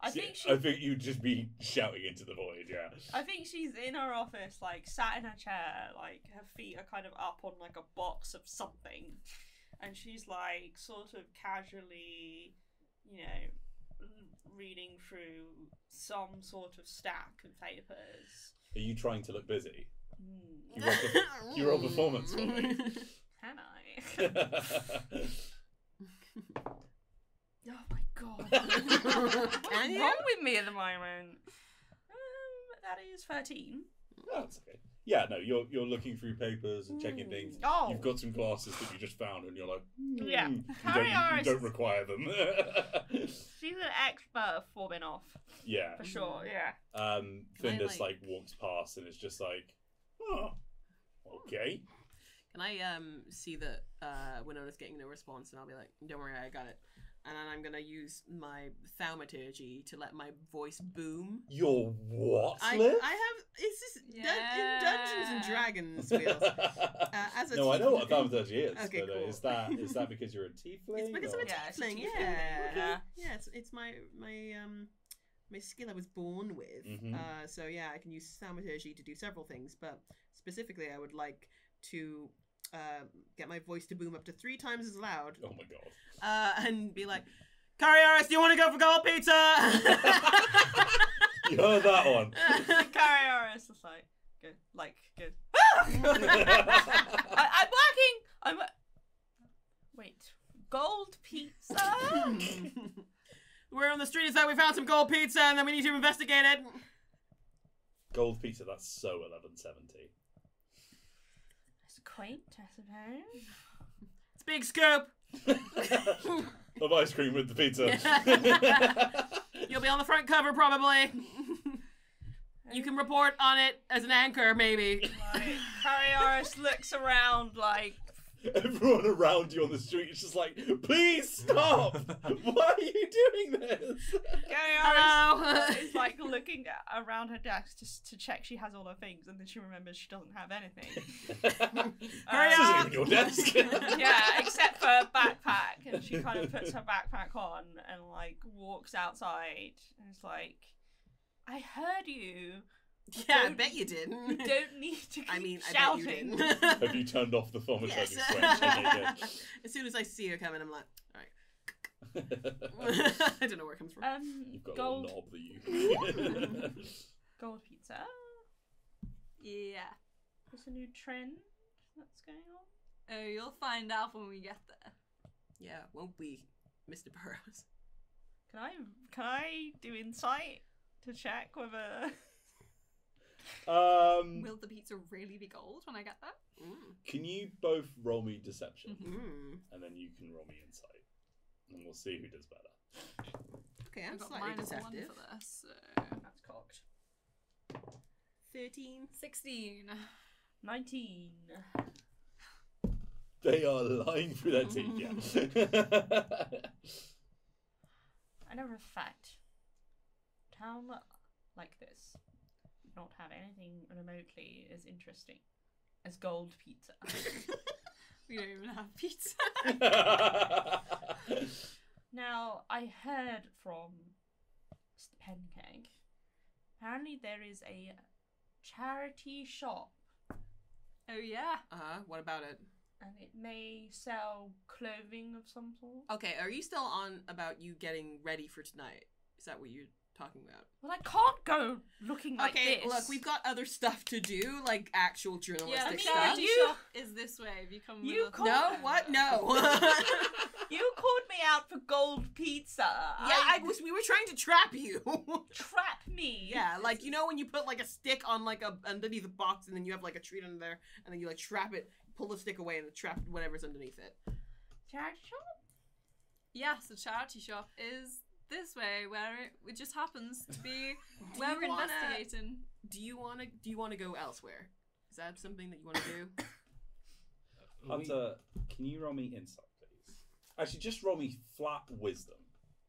Speaker 7: I
Speaker 2: See,
Speaker 7: think
Speaker 2: I
Speaker 7: she.
Speaker 2: think you'd just be shouting into the void, yeah.
Speaker 7: I think she's in her office, like sat in her chair, like her feet are kind of up on like a box of something, and she's like sort of casually, you know, reading through some sort of stack of papers.
Speaker 2: Are you trying to look
Speaker 7: (laughs)
Speaker 2: busy?
Speaker 7: Mm,
Speaker 2: You roll, per- you roll
Speaker 3: (laughs)
Speaker 2: performance for me.
Speaker 7: can I? Oh my god! What's
Speaker 3: Can you?
Speaker 7: wrong with me at the moment? Um, that is thirteen.
Speaker 2: Oh, that's okay. Yeah, no, you're you're looking through papers and checking
Speaker 7: Mm.
Speaker 2: things.
Speaker 7: Oh,
Speaker 2: You've got some glasses that you just found, and you're like, "Hmm,
Speaker 7: Yeah.
Speaker 2: you don't,
Speaker 7: Harry
Speaker 2: you
Speaker 7: Harris
Speaker 2: don't
Speaker 7: is-
Speaker 2: require them. (laughs)
Speaker 7: she's an expert at forming off.
Speaker 2: yeah.
Speaker 7: For sure, yeah. (laughs)
Speaker 2: Um,
Speaker 4: Can I,
Speaker 2: Findus like...
Speaker 4: like-
Speaker 2: walks past, and it's just like, oh, okay.
Speaker 3: Can I um see that uh, Winona's getting no response, and I'll be like, "Don't worry, I got it." And then I'm gonna use my thaumaturgy to let my voice boom.
Speaker 2: You're what,
Speaker 3: I, I
Speaker 2: Liv?
Speaker 3: have. It's just dun- in Dungeons and
Speaker 4: Yeah.
Speaker 3: Dragons. Wheels.
Speaker 2: (laughs)
Speaker 3: Uh, as a
Speaker 2: no, I know what a
Speaker 3: tiefling-
Speaker 2: thaumaturgy is,
Speaker 3: Okay,
Speaker 2: but uh,
Speaker 3: cool.
Speaker 2: is that is that because you're a tiefling?
Speaker 3: (laughs) It's because I'm
Speaker 2: or-
Speaker 3: a
Speaker 7: Yeah, it's a
Speaker 3: tiefling.
Speaker 7: tiefling,
Speaker 3: Yeah,
Speaker 7: yeah.
Speaker 3: yeah. It's, it's my my um my skill I was born with.
Speaker 2: Mhm.
Speaker 3: Uh, so yeah, I can use thaumaturgy to do several things, but specifically, I would like to uh, get my voice to boom up to three times as loud
Speaker 2: Oh my god.
Speaker 3: uh, and be like, Carrieris, do you want to go for gold pizza? (laughs)
Speaker 2: You heard that one.
Speaker 7: Carriaris is like, good, like, good.
Speaker 3: (laughs)
Speaker 7: I, I'm working! I'm. wo- Wait. Gold pizza?
Speaker 3: We're on the street is that we found some gold pizza and then we need to investigate it.
Speaker 2: Gold pizza. That's so eleven seventy. (laughs)
Speaker 7: It's quaint, I suppose.
Speaker 3: It's big scoop.
Speaker 2: of ice cream with the pizza.
Speaker 3: (laughs) You'll be on the front cover
Speaker 1: (laughs)
Speaker 3: probably. you can report on it as an anchor, maybe.
Speaker 7: Like, Carriaris looks around like,
Speaker 2: Everyone around you on the street is just like, please stop! Why are you doing
Speaker 3: (laughs)
Speaker 2: this?
Speaker 7: Carriaris
Speaker 1: (laughs)
Speaker 3: Hello.
Speaker 7: is like looking a- around her desk just to check she has all her things, and then she remembers she doesn't have anything. Um,
Speaker 3: Hurry
Speaker 2: this
Speaker 3: up.
Speaker 2: isn't even your
Speaker 3: (laughs)
Speaker 2: desk.
Speaker 7: yeah, except for her backpack. And she kind of puts her backpack on and like walks outside and is like, I heard you.
Speaker 3: yeah, I bet you did. (laughs)
Speaker 7: You don't need to keep
Speaker 3: I mean, I bet you
Speaker 7: shouting.
Speaker 3: did.
Speaker 2: Have you turned off the thermostat
Speaker 3: Yes.
Speaker 2: switch?
Speaker 3: (laughs) as soon as I see her coming, I'm like, (laughs) all right.
Speaker 2: Okay, good.
Speaker 3: I don't know where it comes from.
Speaker 7: (laughs) um,
Speaker 2: You've got
Speaker 7: gold,
Speaker 2: a knob that you.
Speaker 7: gold pizza.
Speaker 4: yeah.
Speaker 7: There's a new trend that's going on.
Speaker 4: Oh, you'll find out when we get there.
Speaker 3: yeah, won't be Mr. Burrows.
Speaker 1: (laughs)
Speaker 7: Can I can I do insight to check whether?
Speaker 2: (laughs) um,
Speaker 4: Will the pizza really be gold when I get there?
Speaker 3: Mm.
Speaker 2: can you both roll me deception,
Speaker 4: Mhm.
Speaker 1: Hmm,
Speaker 3: Mm.
Speaker 2: and then you can roll me insight, and we'll see who does better.
Speaker 3: Okay,
Speaker 4: I
Speaker 3: I'm
Speaker 4: got
Speaker 3: slightly
Speaker 4: minus
Speaker 3: deceptive.
Speaker 4: one for this. So.
Speaker 7: That's cocked.
Speaker 3: 13.
Speaker 4: 16.
Speaker 7: Nineteen.
Speaker 2: They are lying through their teeth. Yeah.
Speaker 7: I never fact. Town like this would not have anything remotely as interesting as gold
Speaker 1: (laughs)
Speaker 7: pizza.
Speaker 3: (laughs)
Speaker 4: We don't even have pizza.
Speaker 7: now I heard from Mr. Pancake Apparently, there is a charity shop
Speaker 4: Oh yeah.
Speaker 1: Uh
Speaker 3: "Uh-huh,
Speaker 1: huh. What about it?
Speaker 7: and it may sell clothing of some sort.
Speaker 1: Okay, are you still on about you getting ready for tonight? Is that what you're talking about?
Speaker 7: Well, I can't go looking like
Speaker 1: okay,
Speaker 7: this.
Speaker 1: look, we've got other stuff to do, like actual
Speaker 4: Yeah, the
Speaker 1: journalistic
Speaker 7: that-
Speaker 1: stuff.
Speaker 4: charity
Speaker 7: You-
Speaker 4: shop is this way. If you come
Speaker 7: You
Speaker 4: with us.
Speaker 7: call-
Speaker 1: No, what? (laughs) No. yeah,
Speaker 7: You called me out for gold pizza.
Speaker 1: I was. We were trying to trap you. (laughs)
Speaker 7: trap me.
Speaker 1: yeah, like you know when you put like a stick on like a underneath a box, and then you have like a treat under there, and then you like trap it, pull the stick away, and trap whatever's underneath it.
Speaker 7: Charity shop.
Speaker 4: Yes, the charity shop is this way where it, it just happens to be
Speaker 1: Do
Speaker 4: where
Speaker 1: you
Speaker 4: we're
Speaker 1: wanna-
Speaker 4: investigating.
Speaker 1: Do you want to? Do you want to go elsewhere? Is that something that you want to
Speaker 3: (laughs)
Speaker 1: do?
Speaker 6: Are we-
Speaker 2: Hunter, can you roll me insight, please? Actually, just roll me flat wisdom.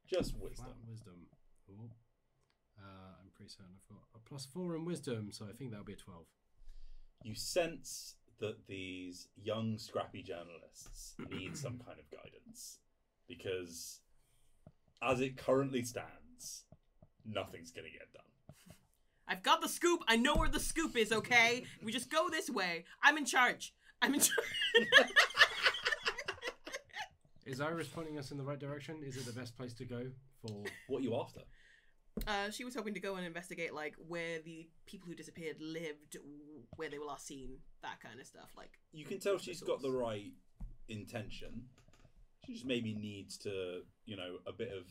Speaker 2: Just wisdom.
Speaker 6: Flat wisdom. Ooh. Uh, I'm pretty certain I've got a plus four in wisdom, so I think that'll be a 12.
Speaker 2: You sense that these young, scrappy journalists need some kind of guidance because, as it currently stands, nothing's going to get done.
Speaker 1: I've got the scoop. I know where the scoop is, okay? we just go this way. I'm in charge. I'm in charge. (laughs)
Speaker 6: Is Iris pointing us in the right direction? Is it the best place to go for.
Speaker 2: What are you after?
Speaker 1: uh, she was hoping to go and investigate, like, where the people who disappeared lived, where they were last seen, that kind of stuff. Like,
Speaker 2: You can tell she's got the right intention. She just maybe needs to, you know, a bit of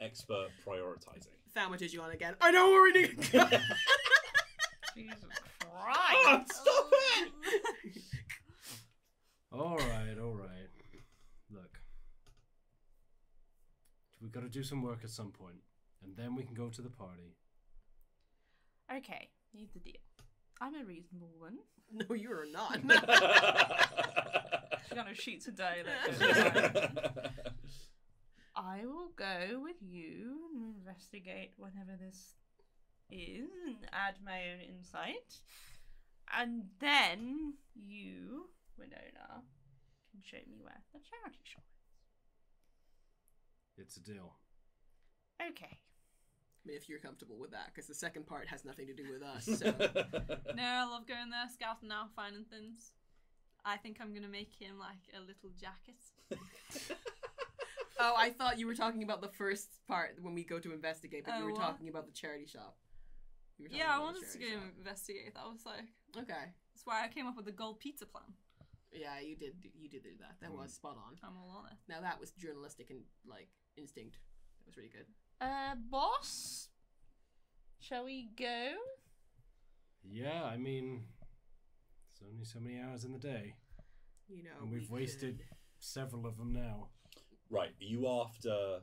Speaker 2: expert prioritizing. Ah,
Speaker 1: Thalmatage, you on again. I know where we need to go.
Speaker 7: Jesus
Speaker 2: Oh,
Speaker 7: Christ.
Speaker 2: stop it!
Speaker 6: Alright, alright. Look. We've got to do some work at some point, and then we can go to the party.
Speaker 7: okay, here's the deal. I'm a reasonable woman.
Speaker 1: (laughs) no, you are not.
Speaker 3: (laughs)
Speaker 7: She's gonna shoot today.
Speaker 2: (laughs)
Speaker 7: I will go with you and investigate whatever this is and add my own insight. And then you, Winona, can show me where the charity shop
Speaker 6: It's a deal.
Speaker 7: is. Okay.
Speaker 1: I mean, if you're comfortable with that, because the second part has nothing to do with us.
Speaker 2: (laughs)
Speaker 3: (laughs)
Speaker 1: So. (laughs)
Speaker 4: No, I love going there, scouting out, finding things. I think I'm gonna make him like a little jacket.
Speaker 1: oh, I thought you were talking about the first part when we go to investigate, but you
Speaker 4: Oh,
Speaker 1: were
Speaker 4: what?
Speaker 1: talking about the charity shop. You were talking
Speaker 4: Yeah, I
Speaker 1: about the
Speaker 4: wanted to go
Speaker 1: charity
Speaker 4: investigate. That was like
Speaker 1: shop. Okay.
Speaker 4: that's why I came up with the gold pizza plan.
Speaker 1: Yeah, you did. You did do that.
Speaker 2: Mm.
Speaker 1: That was spot on.
Speaker 4: I'm all on it.
Speaker 1: Now that was journalistic and like instinct. That was really good.
Speaker 7: Uh, boss, shall we go?
Speaker 6: Yeah, I mean, there's only so many hours in the day,
Speaker 1: You know,
Speaker 6: and we've
Speaker 1: we
Speaker 6: wasted
Speaker 1: could-
Speaker 6: several of them now.
Speaker 2: right, are you after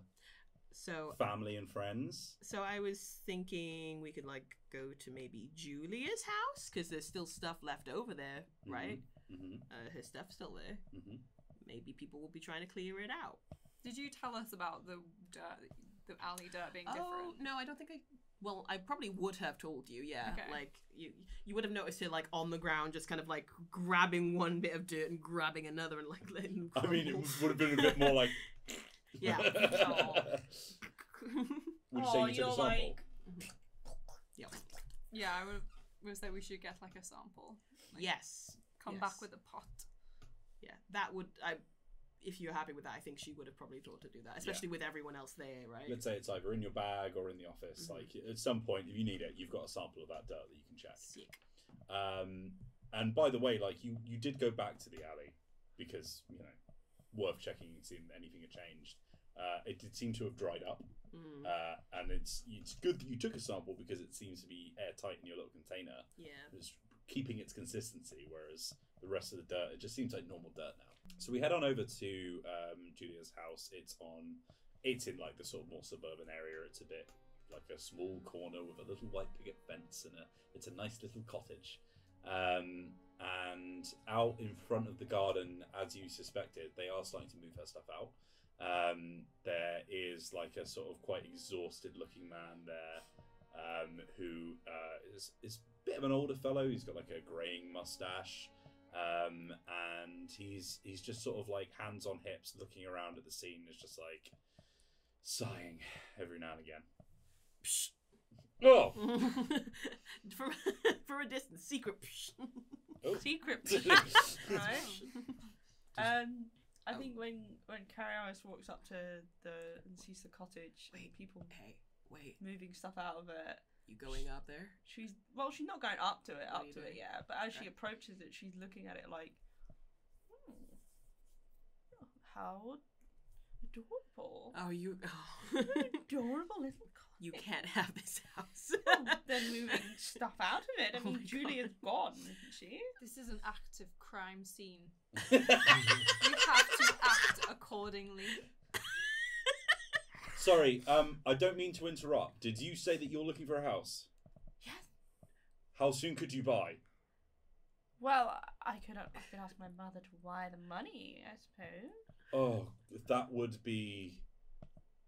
Speaker 1: So,
Speaker 2: family and friends?
Speaker 1: so I was thinking we could like go to maybe Julia's house because there's still stuff left over there, right?
Speaker 2: hmm
Speaker 1: Uh, her stuff's still there.
Speaker 2: hmm
Speaker 1: Maybe people will be trying to clear it out.
Speaker 4: Did you tell us about the dirt, the alley dirt being
Speaker 1: Oh
Speaker 4: different?
Speaker 1: no, I don't think I. Well, I probably would have told you. Yeah,
Speaker 4: Okay.
Speaker 1: like you, you would have noticed her like on the ground, just kind of like grabbing one bit of dirt and grabbing another, and like letting.
Speaker 2: I mean, it
Speaker 1: crumble.
Speaker 2: would have been a bit more like. (laughs)
Speaker 1: Yeah. (laughs)
Speaker 2: Would you say
Speaker 8: Aw,
Speaker 2: you took
Speaker 8: you're
Speaker 2: a sample?
Speaker 8: like-
Speaker 1: Yep.
Speaker 4: Yeah, I would would say we should get like a sample.
Speaker 1: Yes.
Speaker 4: Come
Speaker 1: Yes.
Speaker 4: back with a pot.
Speaker 1: yeah that would i if you're happy with that i think she would have probably thought to do that especially with everyone else there right
Speaker 2: Let's say it's either in your bag or in the office.
Speaker 1: Mhm.
Speaker 2: Like at some point, if you need it, you've got a sample of that dirt that you can check.
Speaker 1: sick
Speaker 2: Um, and by the way, like you, you did go back to the alley because you know worth checking and seeing if anything had changed. Uh, it did seem to have dried up,
Speaker 1: mm,
Speaker 2: uh, and it's it's good that you took a sample because it seems to be airtight in your little container.
Speaker 1: yeah
Speaker 2: It's keeping its consistency, whereas the rest of the dirt it just seems like normal dirt now. So we head on over to um, Julia's house. It's on, it's in like the sort of more suburban area. It's a bit like a small corner with a little white picket fence, and a, it's a nice little cottage. Um, and out in front of the garden, as you suspected, they are starting to move her stuff out. Um, there is like a sort of quite exhausted looking man there um, who uh, is, is a bit of an older fellow. He's got like a graying mustache, um, and he's he's just sort of like hands on hips, looking around at the scene. Is just like sighing every now and again.
Speaker 1: Psh.
Speaker 2: Oh,
Speaker 1: (laughs)
Speaker 3: from, from a distance, secret.
Speaker 2: (laughs)
Speaker 7: Secret.
Speaker 2: Right.
Speaker 7: Um, I think when when Kariamis walks up to the and sees the cottage, and
Speaker 3: Wait.
Speaker 7: people
Speaker 3: hey, wait,
Speaker 7: moving stuff out of it,
Speaker 3: you going up there?
Speaker 7: she's well, she's not going up to it,
Speaker 3: What are
Speaker 7: up
Speaker 3: you
Speaker 7: to it
Speaker 3: doing?
Speaker 7: yet. But as she
Speaker 3: Okay.
Speaker 7: approaches it, she's looking at it like, "Hmm, how adorable,
Speaker 1: (laughs)
Speaker 3: Oh, you. (laughs) Oh.
Speaker 7: adorable little (laughs) cottage."
Speaker 3: you can't have this house. (laughs)
Speaker 7: They're moving stuff out of it. I
Speaker 3: Oh
Speaker 7: mean,
Speaker 3: my
Speaker 7: Julia's gone, isn't she?
Speaker 4: This is an active
Speaker 1: (laughs)
Speaker 4: crime scene.
Speaker 2: no.
Speaker 4: You have to act accordingly.
Speaker 2: (laughs) Sorry, um, I don't mean to interrupt. Did you say that you're looking for a house?
Speaker 7: Yes.
Speaker 2: How soon could you buy?
Speaker 7: Well, I could I could ask my mother to wire the money, I suppose.
Speaker 2: Oh, that would be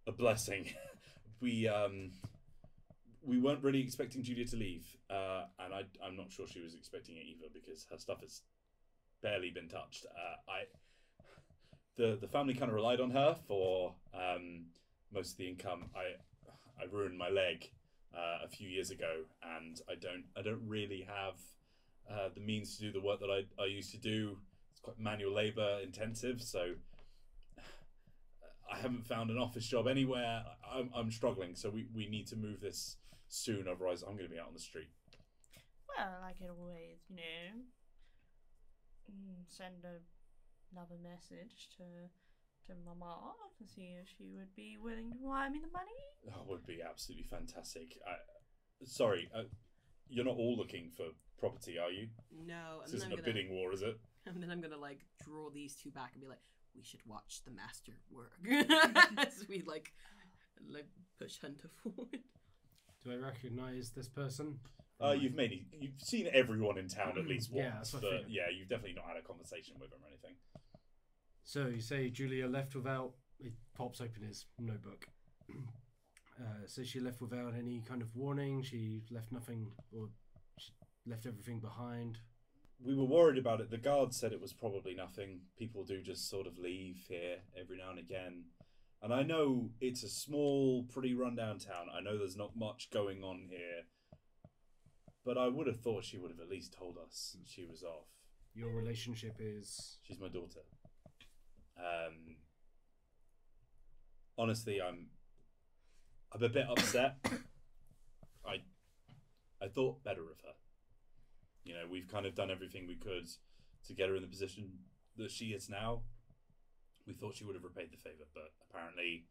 Speaker 2: a blessing. (laughs) we um, we weren't really expecting Julia to leave, uh, and I, I'm not sure she was expecting it either because her stuff has barely been touched. Uh, I the the family kind of relied on her for um, most of the income. I I ruined my leg uh, a few years ago, and I don't I don't really have uh, the means to do the work that I, I used to do. It's quite manual labor intensive, so I haven't found an office job anywhere. I'm, I'm struggling, so we, we need to move this soon. Otherwise, I'm going to be out on the street.
Speaker 7: Well, I could always, you know, mm, send a, another message to to Mama to see if she would be willing to wire me the money.
Speaker 2: That would be absolutely fantastic. I, sorry, uh, you're not all looking for property, are you?
Speaker 3: no,
Speaker 2: This
Speaker 3: and then, I'm
Speaker 2: isn't a
Speaker 3: gonna,
Speaker 2: bidding war, is it?
Speaker 3: and then (laughs) I'm gonna like draw these two back and be like, we should watch the master work (laughs) as we like, like push Hunter (laughs) forward.
Speaker 6: Do I recognise this person?
Speaker 2: Uh, you've mainly you've seen everyone in town at least once,
Speaker 6: Mm, Yeah, that's what I
Speaker 2: but
Speaker 6: figured.
Speaker 2: yeah, you've definitely not had a conversation with them or anything.
Speaker 6: So you say Julia left without. He pops open his notebook. (clears throat) Uh, so she left without any kind of warning. She left nothing, or she left everything behind.
Speaker 2: We were worried about it. The guard said it was probably nothing. People do just sort of leave here every now and again. And I know it's a small, pretty rundown town. I know there's not much going on here. But I would have thought she would have at least told us she was off.
Speaker 6: Your relationship is.
Speaker 2: She's my daughter. Um, honestly, I'm I'm a bit upset. (coughs) I I thought better of her. You know, we've kind of done everything we could to get her in the position that she is now. We thought she would have repaid the favor, but apparently,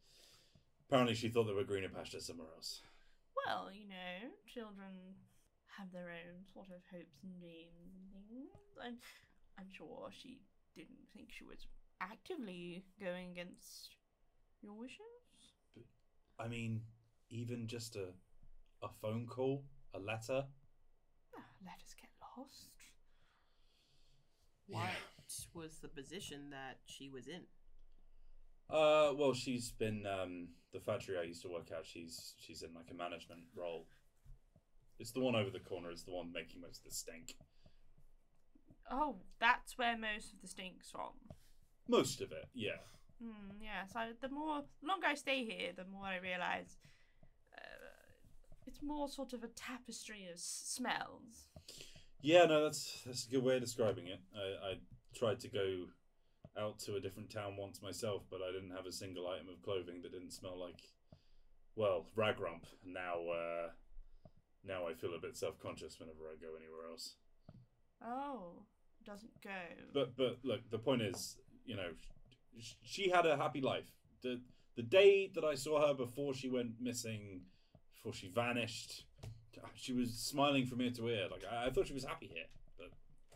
Speaker 2: apparently she thought there were greener pastures somewhere else.
Speaker 7: Well, you know, children have their own sort of hopes and dreams and things. I'm, I'm sure she didn't think she was actively going against your wishes.
Speaker 2: I mean, even just a a phone call, a letter.
Speaker 7: Ah, Let us get lost.
Speaker 3: What was the position that she was in?
Speaker 2: Uh, well, she's been um, the factory I used to work at. She's she's in like a management role. It's the one over the corner. It's the one making most of the stink.
Speaker 7: Oh, that's where most of the stink's from.
Speaker 2: Most of it, yeah.
Speaker 7: Mm, yeah, so the more the longer I stay here, the more I realise uh, it's more sort of a tapestry of s- smells.
Speaker 2: Yeah, no, that's that's a good way of describing it. I, I tried to go out to a different town once myself, but I didn't have a single item of clothing that didn't smell like, well, rag rump. Now, uh, now I feel a bit self conscious whenever I go anywhere else.
Speaker 7: Oh, it doesn't go.
Speaker 2: But but look, the point is, you know, sh- she had a happy life. The the day that I saw her before she went missing, before she vanished, she was smiling from ear to ear. Like I, I thought she was happy here. But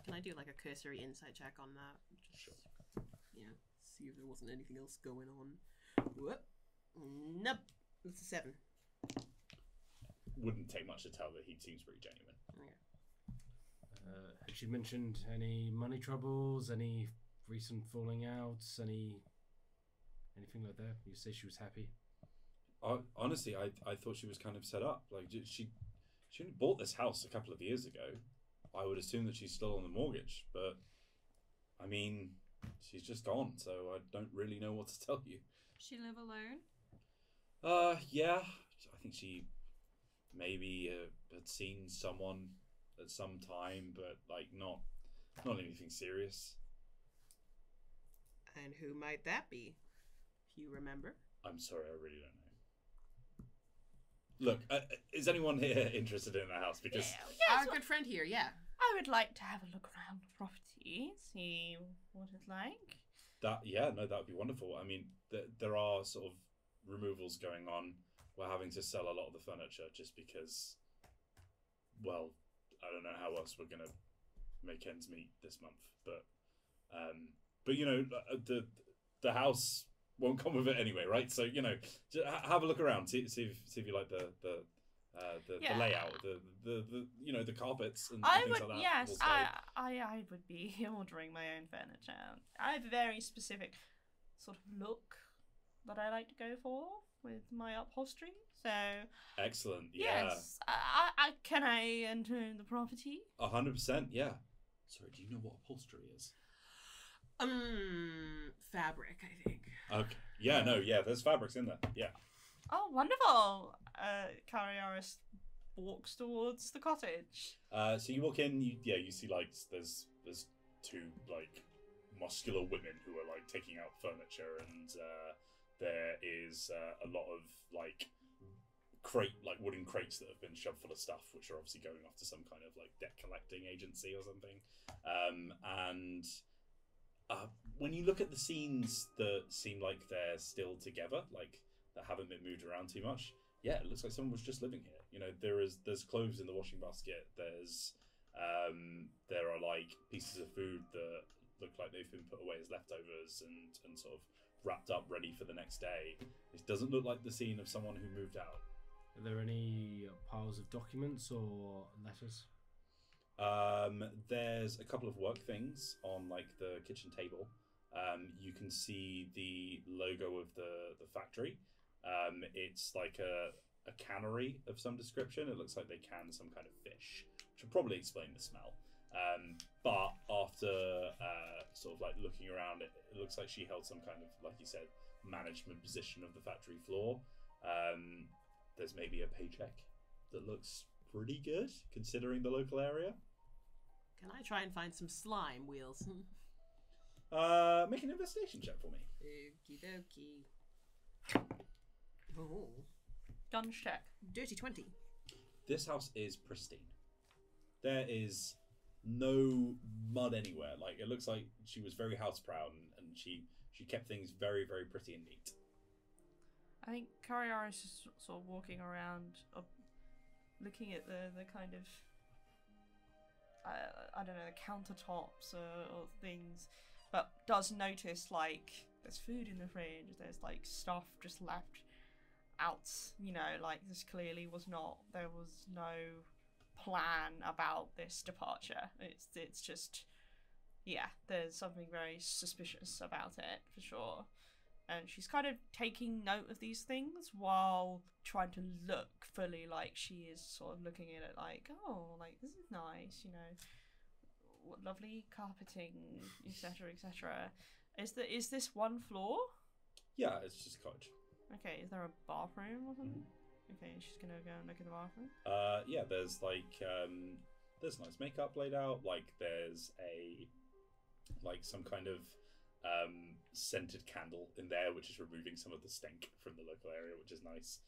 Speaker 3: Can I do like a cursory insight check on that? Just, Yeah, see if there wasn't anything else going on. Whoop. Nope. That's a seven.
Speaker 2: wouldn't take much to tell that he seems pretty genuine.
Speaker 6: Uh, had she mentioned any money troubles, any recent falling outs, any anything like that? You say she was happy.
Speaker 2: Hon- Honestly, I I thought she was kind of set up. Like j- she she only bought this house a couple of years ago. I would assume that she's still on the mortgage, but I mean, she's just gone, so I don't really know what to (laughs) tell you.
Speaker 4: She live alone.
Speaker 2: Uh, yeah. I think she maybe uh, had seen someone at some time, but like not not anything serious.
Speaker 3: And who might that be? If you remember.
Speaker 2: I'm sorry, I really don't know. Look, uh, uh, is anyone here (laughs) interested in the house? Because
Speaker 7: Yeah,
Speaker 3: Our
Speaker 7: yes,
Speaker 3: good friend here, yeah.
Speaker 7: I would like to have a look around the property, see what it's like.
Speaker 2: That yeah, no, that would be wonderful. I mean, th- there are sort of removals going on. We're having to sell a lot of the furniture just because, well, I don't know how else we're gonna make ends meet this month. But, um, but you know, uh, the the house won't come with it anyway, right? So you know, ju- ha have a look around, see see if, see if you like the the. Uh, the,
Speaker 7: Yeah.
Speaker 2: the layout, the, the the you know the carpets and, and
Speaker 7: I
Speaker 2: things
Speaker 7: would,
Speaker 2: like Mm, that.
Speaker 7: yes,
Speaker 2: will stay.
Speaker 7: I, I, I would be (laughs) ordering my own furniture. I have a very specific sort of look that I like to go for with my upholstery. So
Speaker 2: Excellent. Yeah.
Speaker 7: yes, I, I, I- can I enter the property?
Speaker 2: A hundred percent, yeah. Sorry, do you know what upholstery is?
Speaker 3: Um, fabric, I think.
Speaker 2: Okay. Yeah, no, yeah, there's fabrics in there. Yeah.
Speaker 7: Oh, wonderful! Uh, Carrioris walks towards the cottage.
Speaker 2: Uh, so you walk in, you, yeah, you see like there's there's two like muscular women who are like taking out furniture, and uh, there is uh, a lot of like crate like wooden crates that have been shoved full of stuff, which are obviously going off to some kind of like debt collecting agency or something. Um, and uh, when you look at the scenes that seem like they're still together, like that haven't been moved around too much, yeah, it looks like someone was just living here. You know, there is there's clothes in the washing basket. There's um, there are like pieces of food that look like they've been put away as leftovers and and sort of wrapped up, ready for the next day. It doesn't look like the scene of someone who moved out.
Speaker 6: Are there any uh, piles of documents or letters?
Speaker 2: Um, there's a couple of work things on like the kitchen table. Um, you can see the logo of the the factory. Um, it's like a a cannery of some description. It looks like they can some kind of fish, which would probably explain the smell. Um, but after uh, sort of like looking around, it, it looks like she held some kind of like you said management position of the factory floor. Um, there's maybe a paycheck that looks pretty good considering the local area.
Speaker 3: Can I try and find some slime wheels?
Speaker 2: Uh, make an investigation check for me.
Speaker 3: Okie dokie. Oh,
Speaker 7: Guns check.
Speaker 3: dirty 20.
Speaker 2: This house is pristine. There is no mud anywhere. Like it looks like she was very house proud and, and she she kept things very very pretty and neat.
Speaker 7: I think Carrioris is sort of walking around, uh, looking at the, the kind of, uh, I don't know, the countertops or, or things, but does notice like there's food in the fridge, there's like stuff just left out, you know, like this clearly was not, there was no plan about this departure. It's, it's just, yeah, there's something very suspicious about it for sure and she's kind of taking note of these things while trying to look fully like she is sort of looking at it like oh like this is nice you know what lovely carpeting etc etc is there is this one floor
Speaker 2: Yeah, it's just a cottage.
Speaker 7: okay is there a bathroom or something okay she's gonna go and look at the bathroom
Speaker 2: Uh, yeah, there's like um, there's nice makeup laid out. Like there's a like some kind of um, scented candle in there, which is removing some of the stink from the local area, which is nice.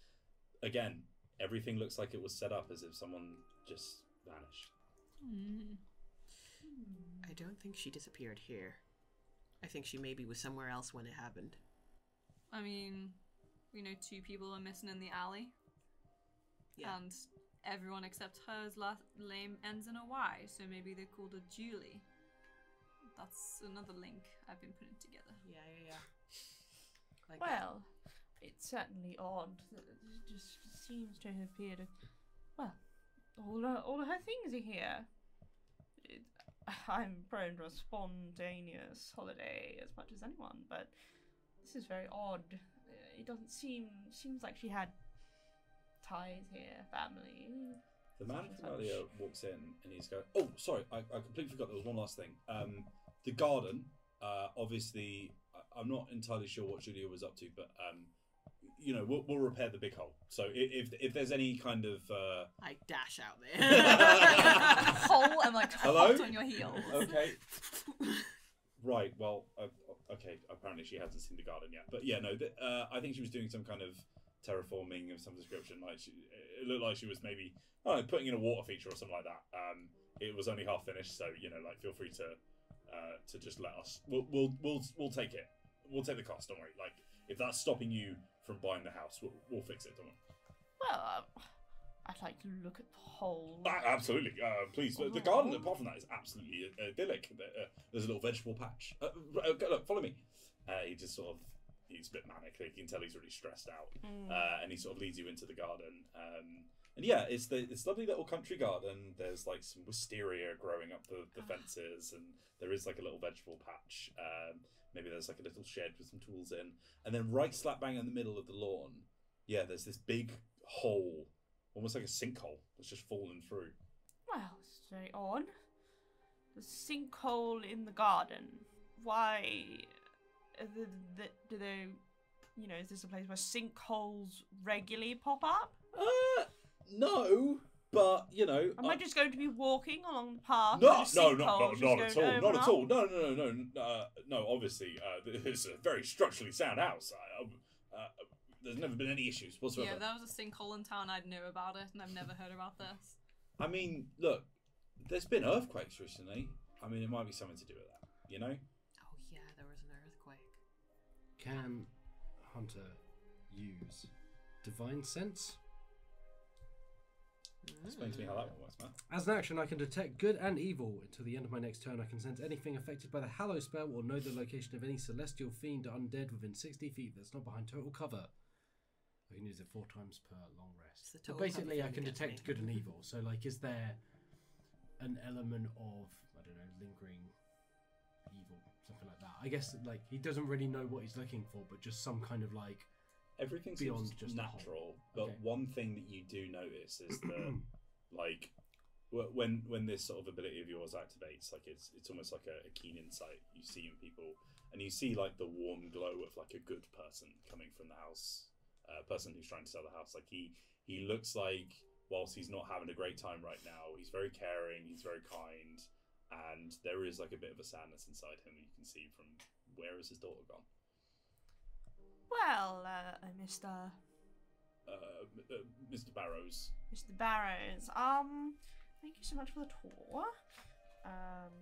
Speaker 2: Again, everything looks like it was set up as if someone just vanished.
Speaker 4: Hmm.
Speaker 3: I don't think she disappeared here. I think she maybe was somewhere else when it happened.
Speaker 4: I mean, we know two people are missing in the alley.
Speaker 3: Yeah.
Speaker 4: And everyone except her's last name ends in a Y, so maybe they called her Julie. That's another link I've been putting together. (laughs)
Speaker 3: Yeah, yeah, yeah. Like
Speaker 7: well it's certainly odd that it just seems to have appeared well all her, all her things are here it, (sighs) i'm prone to a spontaneous holiday as much as anyone but this is very odd Uh, it doesn't seem seems like she had ties here family
Speaker 2: The man
Speaker 7: Such
Speaker 2: from
Speaker 7: and such.
Speaker 2: earlier walks in and he's going, Oh, sorry, I, I completely forgot. There was one last thing. Um, the garden, uh, obviously, I, I'm not entirely sure what Julia was up to, but um, you know, we'll, we'll repair the big hole. So i- if if there's any kind of uh,
Speaker 3: I dash out (laughs) there.
Speaker 4: (laughs) Hole and like (laughs)
Speaker 2: Hello?
Speaker 4: hopped on your heels.
Speaker 2: okay,
Speaker 3: Oh,
Speaker 2: right, well, uh, okay. Apparently, she hasn't seen the garden yet, but yeah, no. Th- uh, I think she was doing some kind of terraforming of some description. Like she, it looked like she was maybe I don't know, putting in a water feature or something like that. Um, it was only half finished, so you know, like feel free to uh, to just let us. We'll we'll we'll we'll take it. We'll take the cost. Don't worry. Like if that's stopping you from buying the house, we'll we'll fix it. Don't worry.
Speaker 7: Well, um, I'd like to look at the hole.
Speaker 2: Ah, absolutely, uh, please. The, the garden, apart from that, is absolutely idyllic. There- uh, There's a little vegetable patch. Uh, uh, go- look, follow me. Uh, he just sort of, he's a bit manic. You can tell he's really stressed out,
Speaker 7: Mm.
Speaker 2: uh, and he sort of leads you into the garden. Um, and yeah, it's the it's lovely little country garden. There's like some wisteria growing up the, the fences, and there is like a little vegetable patch. Um, maybe there's like a little shed with some tools in, and then right slap bang in the middle of the lawn, yeah, there's this big hole, almost like a sinkhole that's just fallen through.
Speaker 7: Well, straight on. The sinkhole in the garden. Why? uh, The, the, do they? You know, is this a place where sinkholes regularly pop up?
Speaker 2: Uh, no, but you know,
Speaker 7: Am I
Speaker 2: uh,
Speaker 7: just going to be walking along the path?
Speaker 2: no,
Speaker 7: and a
Speaker 2: no, no, no,
Speaker 7: sinkhole just
Speaker 2: not at
Speaker 7: going
Speaker 2: all, not at
Speaker 7: over up?
Speaker 2: all. No, no, no, no, uh, no. Obviously, uh, it's a very structurally sound house. I, I- uh, there's never been any issues whatsoever.
Speaker 4: Yeah, there was a sinkhole in town. I'd know about it, and I've never heard about this.
Speaker 2: I mean, look, there's been earthquakes recently. I mean, it might be something to do with that. You know,
Speaker 3: Oh yeah, there was an earthquake.
Speaker 6: Can Hunter use divine sense?
Speaker 2: explain to me how
Speaker 7: Mm.
Speaker 2: that one works, man.
Speaker 6: As an action, I can detect good and evil. Until the end of my next turn, I can sense anything affected by the Hallow spell or know the location of any celestial fiend or undead within 60 feet that's not behind total cover. I can use it four times per long
Speaker 3: It's
Speaker 6: rest.
Speaker 3: the
Speaker 6: So
Speaker 3: total cover
Speaker 6: basically, I
Speaker 3: thing
Speaker 6: can
Speaker 3: that gets
Speaker 6: detect
Speaker 3: me.
Speaker 6: good and evil. So, like, is there an element of, I don't know, lingering evil, something like that? I guess, like, he doesn't really know what he's looking for, but just some kind of, like,
Speaker 2: Everything
Speaker 6: Beyond
Speaker 2: seems
Speaker 6: just the hole.
Speaker 2: natural, but
Speaker 6: Okay.
Speaker 2: one thing that you do notice is
Speaker 6: (clears throat)
Speaker 2: that, like, wh- when when this sort of ability of yours activates, like it's it's almost like a, a keen insight you see in people, and you see like the warm glow of like a good person coming from the house, uh, person who's trying to sell the house. Like he he looks like whilst he's not having a great time right now, he's very caring, he's very kind, and there is like a bit of a sadness inside him. You can see from where is his daughter gone.
Speaker 7: Well, uh, Mr.
Speaker 2: Uh, m- uh, Mr. Barrows,
Speaker 7: Mr. Barrows, um, thank you so much for the tour. Um,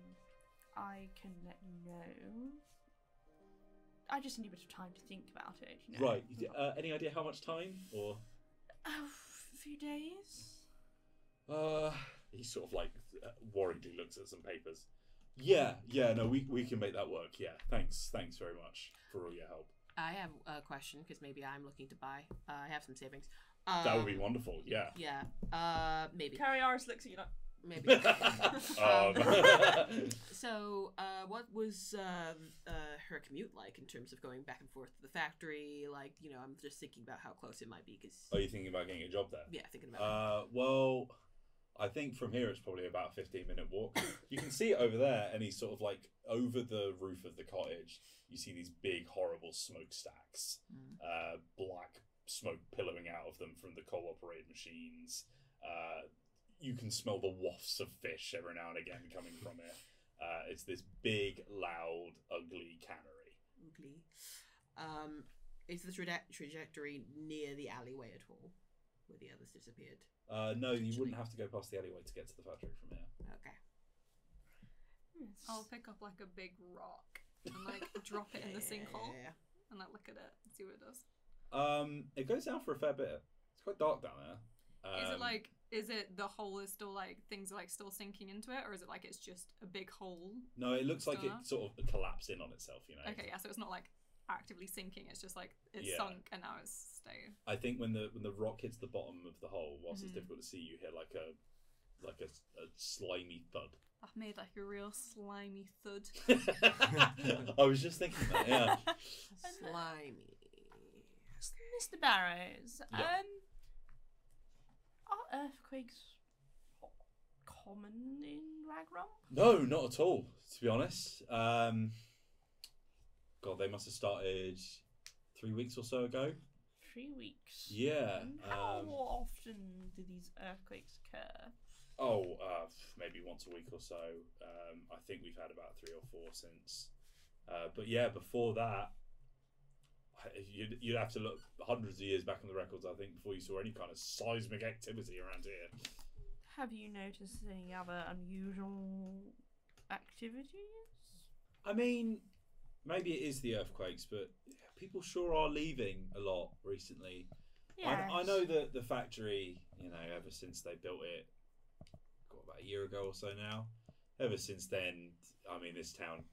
Speaker 7: I can let you know. I just need a bit of time to think about it, you know.
Speaker 2: Right. you d- Uh, any idea how much time? Or
Speaker 7: Oh, a few days.
Speaker 2: uh, he sort of like uh, worriedly looks at some papers. Yeah, yeah. No, we we can make that work. Yeah. Thanks. Thanks very much for all your help.
Speaker 3: I have a question because maybe I'm looking to buy. Uh, I have some savings.
Speaker 2: that would be
Speaker 3: Um,
Speaker 2: wonderful. (laughs) Yeah.
Speaker 3: Yeah. Uh, maybe.
Speaker 5: Carrie Aris looks at you like,
Speaker 3: Maybe.
Speaker 2: (laughs) um, (laughs)
Speaker 3: so, uh, what was um, uh, her commute like in terms of going back and forth to the factory? Like, you know, I'm just thinking about how close it might be because.
Speaker 2: are you thinking about getting a job there?
Speaker 3: yeah, thinking about. it.
Speaker 2: Oh, Uh, well, I think from here it's probably about a 15 minute walk. you can see it over there, and he's sort of like over the roof of the cottage. You see these big, horrible smokestacks,
Speaker 3: Mm.
Speaker 2: uh, black smoke pillowing out of them from the coal operated machines. Uh, you can smell the wafts of fish every now and again coming from it. Uh, it's this big, loud, ugly cannery.
Speaker 3: Ugly. Um, is the traje- trajectory near the alleyway at all, where the others disappeared?
Speaker 2: Uh, no, you wouldn't have to go past the alleyway to get to the factory from here.
Speaker 3: Okay.
Speaker 5: hmm,
Speaker 4: I'll (laughs)
Speaker 7: Oh,
Speaker 4: pick up like a big rock and
Speaker 3: (laughs)
Speaker 4: like drop it in the sinkhole
Speaker 3: Yeah,
Speaker 4: and like look at it and see what it does.
Speaker 2: Um, it goes down for a fair bit. It's quite dark down there.
Speaker 4: is it
Speaker 2: Um,
Speaker 4: like is it the hole is still like things are like still sinking into it, or is it like it's just a big hole?
Speaker 2: No, it looks like it
Speaker 4: dark?
Speaker 2: sort of collapsed in on itself. You know.
Speaker 4: Okay, yeah, so it's not like actively sinking. It's just like it's
Speaker 2: Yeah.
Speaker 4: sunk and now it's staying.
Speaker 2: I think when the when the rock hits the bottom of the hole, whilst
Speaker 4: Mhm.
Speaker 2: it's difficult to see, you hear like a like a, a slimy thud. (laughs)
Speaker 4: I've made like a real slimy thud.
Speaker 2: I was just thinking that.
Speaker 7: (laughs)
Speaker 2: Yeah.
Speaker 3: Slimy.
Speaker 7: Mr. Barrows,
Speaker 2: Yeah.
Speaker 7: um, are earthquakes co- common in Ragrum?
Speaker 2: No, not at all. To be honest, um, God, they must have started three weeks or so ago.
Speaker 7: three weeks.
Speaker 2: Yeah.
Speaker 7: And How
Speaker 2: Um,
Speaker 7: often do these earthquakes occur?
Speaker 2: oh, uh, maybe once a week or so. Um, I think we've had about three or four since. Uh, but yeah, before that, you'd, you'd have to look hundreds of years back on the records, I think, before you saw any kind of seismic activity around here.
Speaker 7: Have you noticed any other unusual activities?
Speaker 2: I mean, maybe it is the earthquakes, but people sure are leaving a lot recently. I, I know that the factory, you know, ever since they built it, got about a year ago or so now. Ever since then, I mean, this town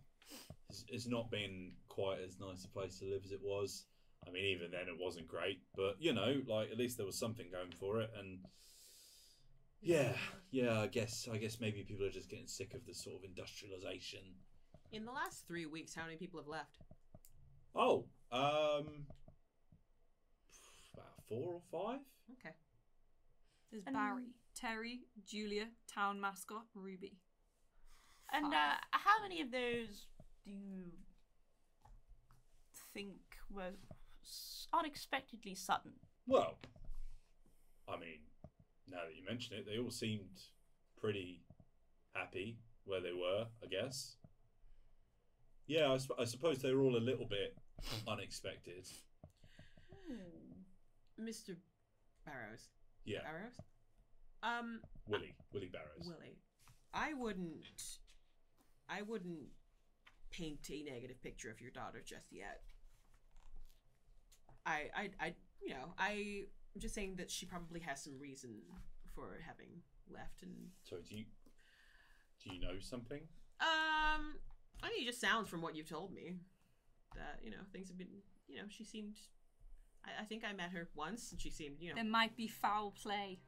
Speaker 2: has, has not been quite as nice a place to live as it was. I mean, even then, it wasn't great, but you know, like at least there was something going for it, and yeah, yeah, I guess, I guess maybe people are just getting sick of the sort of industrialization.
Speaker 3: In the last three weeks, how many people have left?
Speaker 2: Oh, um, about four or five.
Speaker 3: Okay.
Speaker 4: There's
Speaker 7: And-
Speaker 4: Barry, Terry, Julia, town mascot, Ruby.
Speaker 7: And uh,
Speaker 4: Five.
Speaker 7: how many of those do you think were s- unexpectedly (laughs) sudden?
Speaker 2: Well, I mean, now that you mention it, they all seemed pretty happy where they were, I guess. Yeah, I, sp- I suppose they were all a little bit unexpected.
Speaker 3: Mr. Barrows.
Speaker 2: Yeah,
Speaker 3: Barrows? Um,
Speaker 2: Willie, Willie Barrows.
Speaker 3: Willie, I wouldn't, I wouldn't paint a negative picture of your daughter just yet. I, I, I, you know, I, I'm just saying that she probably has some reason for having left, and
Speaker 2: So do you do you know something?
Speaker 3: um, I mean, it just sounds from what you've told me that you know things have been, you know, she seemed. I, I think I met her once, and she seemed, you know,
Speaker 4: There might be foul play.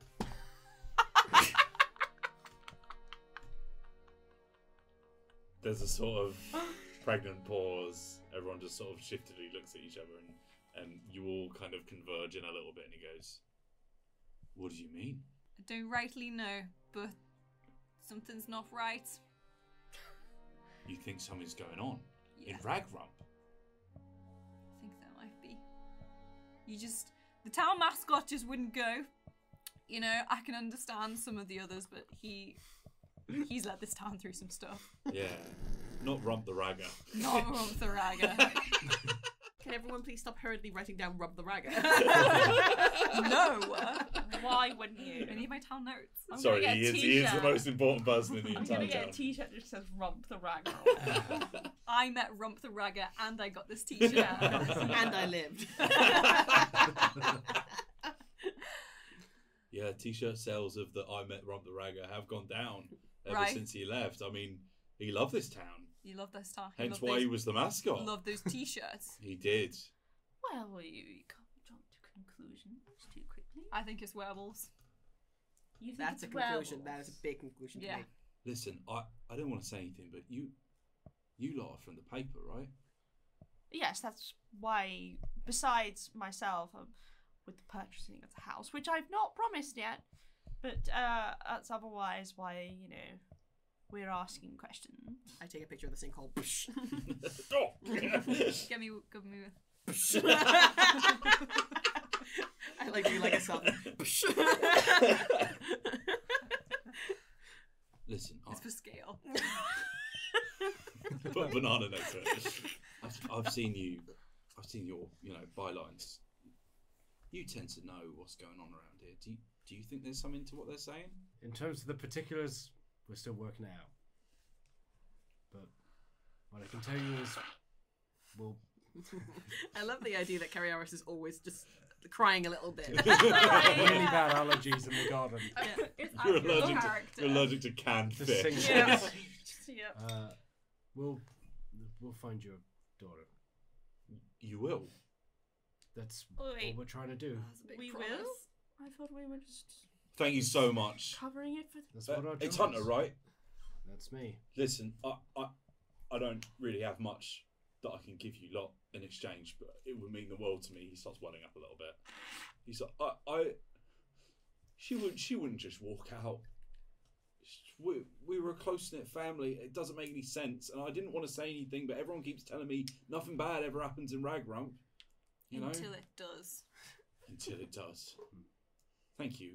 Speaker 2: There's a sort of pregnant pause. Everyone just sort of shiftedly looks at each other, and and you all kind of converge in a little bit. And he goes, "What do you mean?"
Speaker 4: I don't rightly know, but something's not right.
Speaker 2: You think something's going on
Speaker 4: Yeah,
Speaker 2: in Ragrump?
Speaker 4: I think there might be. You just. The town mascot just wouldn't go. You know, I can understand some of the others, but he. He's let this town through some stuff.
Speaker 2: Yeah. Not Rump the Ragger. (laughs)
Speaker 4: Not wrong with the ragger.
Speaker 3: can everyone please stop hurriedly writing down "rub the
Speaker 4: (laughs)
Speaker 3: rag"?
Speaker 4: no!
Speaker 7: Why wouldn't you?
Speaker 4: I need my town notes.
Speaker 7: I'm
Speaker 2: Sorry,
Speaker 7: gonna
Speaker 2: he
Speaker 7: get a
Speaker 2: is, he is the
Speaker 7: t-shirt.
Speaker 2: most important person in the
Speaker 7: (laughs) I'm gonna
Speaker 2: entire
Speaker 7: get
Speaker 2: town.
Speaker 7: a T-shirt that says "Rump the Rag."
Speaker 3: (laughs)
Speaker 4: I met Rump the Ragger and I got this t-shirt.
Speaker 2: (laughs)
Speaker 3: and I lived.
Speaker 2: yeah, t-shirt sales of the I Met Rump the Ragger have gone down ever
Speaker 4: Right.
Speaker 2: since he left. I mean, he loved this town,
Speaker 4: you love this town. you
Speaker 2: hence
Speaker 4: love
Speaker 2: why
Speaker 4: those,
Speaker 2: he was the mascot.
Speaker 4: love those t-shirts.
Speaker 2: He did.
Speaker 7: well, you, you can't jump to conclusions too quickly.
Speaker 4: I think it's werewolves.
Speaker 7: You
Speaker 3: (laughs)
Speaker 7: think
Speaker 3: That's a
Speaker 7: it's
Speaker 3: conclusion. That
Speaker 7: werewolves?
Speaker 3: is a big conclusion.
Speaker 4: Yeah.
Speaker 3: To make.
Speaker 2: Listen, I, I don't want to say anything, but you you lot are from the paper,
Speaker 7: (laughs)
Speaker 2: right?
Speaker 7: Yes, that's why. Besides myself, um, with the purchasing of the house, which I've not promised yet, but uh, that's otherwise why you know we're asking questions.
Speaker 3: I take a picture of the sinkhole. (laughs)
Speaker 2: (laughs) Oh!
Speaker 4: Get me, give me.
Speaker 3: (laughs) I like you like a
Speaker 4: (laughs)
Speaker 3: sub.
Speaker 2: Listen, I,
Speaker 4: It's for scale.
Speaker 2: (laughs) put a banana next to it. I've, I've seen you. I've seen your, you know, bylines. You tend to know what's going on around here. Do you, do you think there's something to what they're saying?
Speaker 6: In terms of the particulars, we're still working it out. But what I can tell you is,
Speaker 7: (laughs)
Speaker 6: well,
Speaker 3: I love the idea that Carriaris is always just crying a little bit.
Speaker 4: (laughs)
Speaker 6: really bad allergies in the
Speaker 7: (laughs)
Speaker 6: garden.
Speaker 4: It's
Speaker 2: You're
Speaker 4: actual
Speaker 2: allergic to-
Speaker 4: character.
Speaker 2: You're allergic to canned
Speaker 6: To
Speaker 2: fish.
Speaker 6: sing-
Speaker 7: Yeah.
Speaker 5: Yep.
Speaker 6: Uh, we'll we'll find your daughter.
Speaker 2: You will.
Speaker 6: That's
Speaker 7: Oh,
Speaker 6: what
Speaker 7: wait. Uh,
Speaker 6: we're trying to do.
Speaker 4: That's a big
Speaker 7: We
Speaker 4: promise.
Speaker 7: will? I thought we were just
Speaker 2: Thank you so much.
Speaker 7: covering it for the.
Speaker 6: That's
Speaker 2: Uh,
Speaker 6: what our
Speaker 2: it's
Speaker 6: job
Speaker 2: Hunter,
Speaker 6: is.
Speaker 2: right?
Speaker 6: That's me.
Speaker 2: Listen, I, I, I don't really have much that I can give you lot in exchange, but it would mean the world to me. He starts welling up a little bit. He's like, I, I she would, she wouldn't just walk out. She- We, we were a close knit family. It doesn't make any sense, and I didn't want to say anything, but everyone keeps telling me nothing bad ever happens in Ragrump. You know,
Speaker 4: Until it does.
Speaker 2: until it does. Thank you,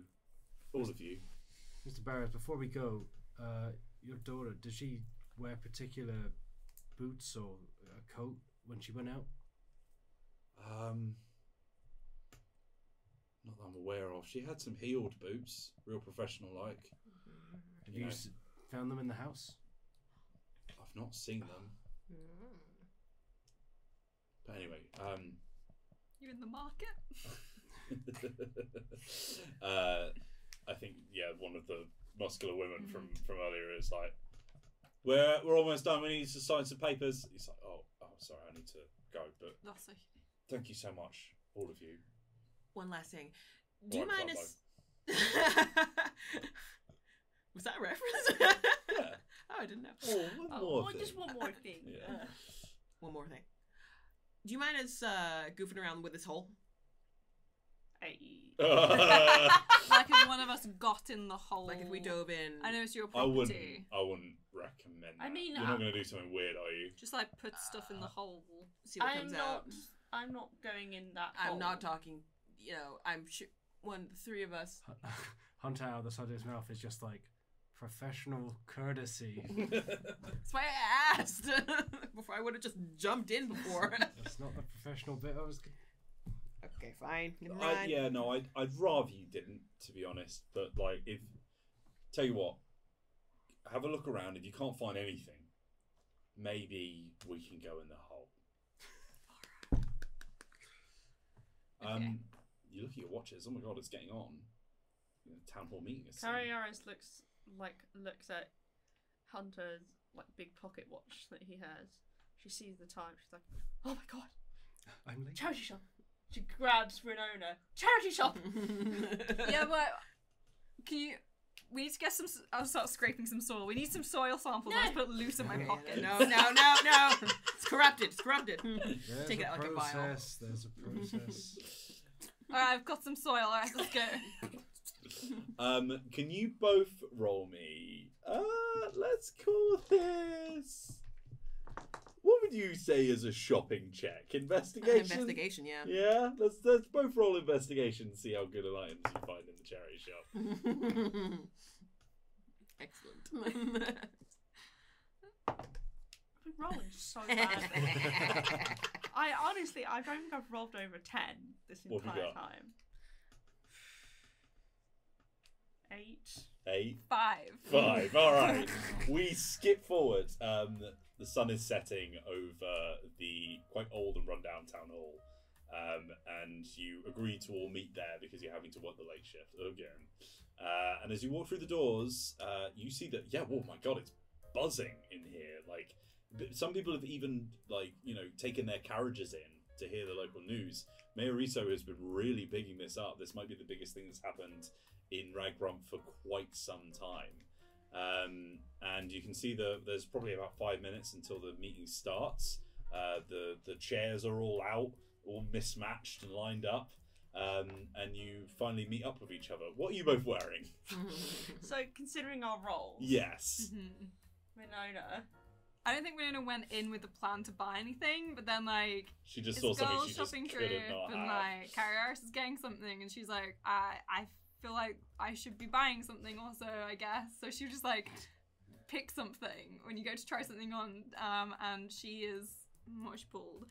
Speaker 2: all of you.
Speaker 6: Mr. Barrows, before we go, uh, your daughter, did she wear particular boots or a coat when she went out?
Speaker 2: Um, not that I'm aware of. She had some heeled boots, real professional like.
Speaker 6: Have
Speaker 2: You
Speaker 6: you
Speaker 2: know.
Speaker 6: s- found them in the house?
Speaker 2: I've not seen them. But anyway, um, (laughs)
Speaker 4: You're in the market.
Speaker 2: uh, I think yeah, one of the muscular women from from earlier is like, "We're we're almost done. We need to sign some papers." He's like, "Oh, oh, sorry, I need to go." But
Speaker 4: That's okay.
Speaker 2: thank you so much, all of you.
Speaker 3: One last thing. Do you
Speaker 2: Right,
Speaker 3: mind
Speaker 2: right,
Speaker 3: us? (laughs) Was that a reference?
Speaker 2: Yeah.
Speaker 3: (laughs) oh, I didn't know.
Speaker 2: Oh, one
Speaker 7: Oh, well, just one more thing.
Speaker 2: Yeah.
Speaker 7: Uh,
Speaker 3: One more thing. Do you mind us uh, goofing around with this hole?
Speaker 5: Hey.
Speaker 2: (laughs)
Speaker 4: like if one of us got in the hole.
Speaker 3: Like if we dove in,
Speaker 4: Oh. I know it's your
Speaker 2: I
Speaker 4: property.
Speaker 2: wouldn't. I wouldn't recommend.
Speaker 7: I
Speaker 2: that.
Speaker 7: mean,
Speaker 2: you're
Speaker 7: uh,
Speaker 2: not going to do something weird, are you?
Speaker 4: Just like put stuff
Speaker 3: Ah.
Speaker 4: in the hole.
Speaker 3: see what
Speaker 7: I'm
Speaker 3: comes
Speaker 7: not.
Speaker 3: out.
Speaker 7: I'm not going in that.
Speaker 3: I'm
Speaker 7: hole.
Speaker 3: not talking. You know, I'm sure one, the three of us.
Speaker 6: (laughs) Hunter out of the side of his mouth is just like professional
Speaker 3: (laughs)
Speaker 6: courtesy.
Speaker 3: That's why I asked (laughs) before. I would have just jumped in before.
Speaker 6: It's not the professional bit I was.
Speaker 3: okay, fine. Never
Speaker 2: I,
Speaker 3: mind.
Speaker 2: yeah, no, I'd, I'd rather you didn't, to be honest. But like, if tell you what, have a look around. If you can't find anything, maybe we can go in the hole. Um, you look at your watches. Oh my god, it's getting on. You know, town hall meeting. Is soon.
Speaker 5: Carrieris looks like looks at Hunter's like big pocket watch that he has. She sees the time. She's like, "Oh my god,
Speaker 6: I'm late.
Speaker 5: charity shop!" She grabs Renona. Charity shop.
Speaker 4: (laughs) yeah, but
Speaker 3: (laughs)
Speaker 4: can you? We need to get some. s- I'll start scraping some soil. We need some soil samples. I just put loose in my
Speaker 3: Okay,
Speaker 4: pocket.
Speaker 3: No, no, no,
Speaker 4: (laughs)
Speaker 3: no. It's corrupted. It's corrupted.
Speaker 6: There's
Speaker 3: Take it
Speaker 6: a
Speaker 3: out like a vial.
Speaker 6: process. There's a
Speaker 3: (laughs)
Speaker 6: process.
Speaker 4: All right, I've got some soil. All right, let's go.
Speaker 2: Um, can you both roll me? Uh, let's call this. What would you say is a shopping check? Investigation.
Speaker 3: Investigation, yeah.
Speaker 2: Yeah, let's let's both roll investigation and see how good an items you find in the charity shop.
Speaker 3: Excellent. (laughs)
Speaker 5: I've been rolling so badly. I honestly, I don't think I've rolled over ten this
Speaker 2: What have you
Speaker 5: entire
Speaker 2: got?
Speaker 5: time. (sighs) Eight.
Speaker 2: Eight,
Speaker 4: Five.
Speaker 2: five. All right, we skip forward. Um, the sun is setting over the quite old and rundown town hall, um, and you agree to all meet there because you're having to work the late shift again. Uh, and as you walk through the doors, uh, you see that yeah, oh my god, it's buzzing in here. Like b- some people have even like you know taken their carriages in to hear the local news. Mayor Riso has been really bigging this up. This might be the biggest thing that's happened in Ragrump for quite some time. Um, and you can see that there's probably about five minutes until the meeting starts. Uh, the the chairs are all out, all mismatched and lined up. Um, and you finally meet up with each other. What are you both wearing?
Speaker 5: So considering our roles,
Speaker 2: Yes.
Speaker 4: Mhm.
Speaker 5: Renona.
Speaker 4: I don't think Winona went in with the plan to buy anything, but then like
Speaker 2: She just saw
Speaker 4: it's girls
Speaker 2: something she just
Speaker 4: shopping
Speaker 2: couldn't
Speaker 4: trip,
Speaker 2: not
Speaker 4: and
Speaker 2: have.
Speaker 4: like Carrie Harris is getting something, and she's like, I I feel like I should be buying something also, I guess. So she just like pick something when you go to try something on, um, and she is what she pulled.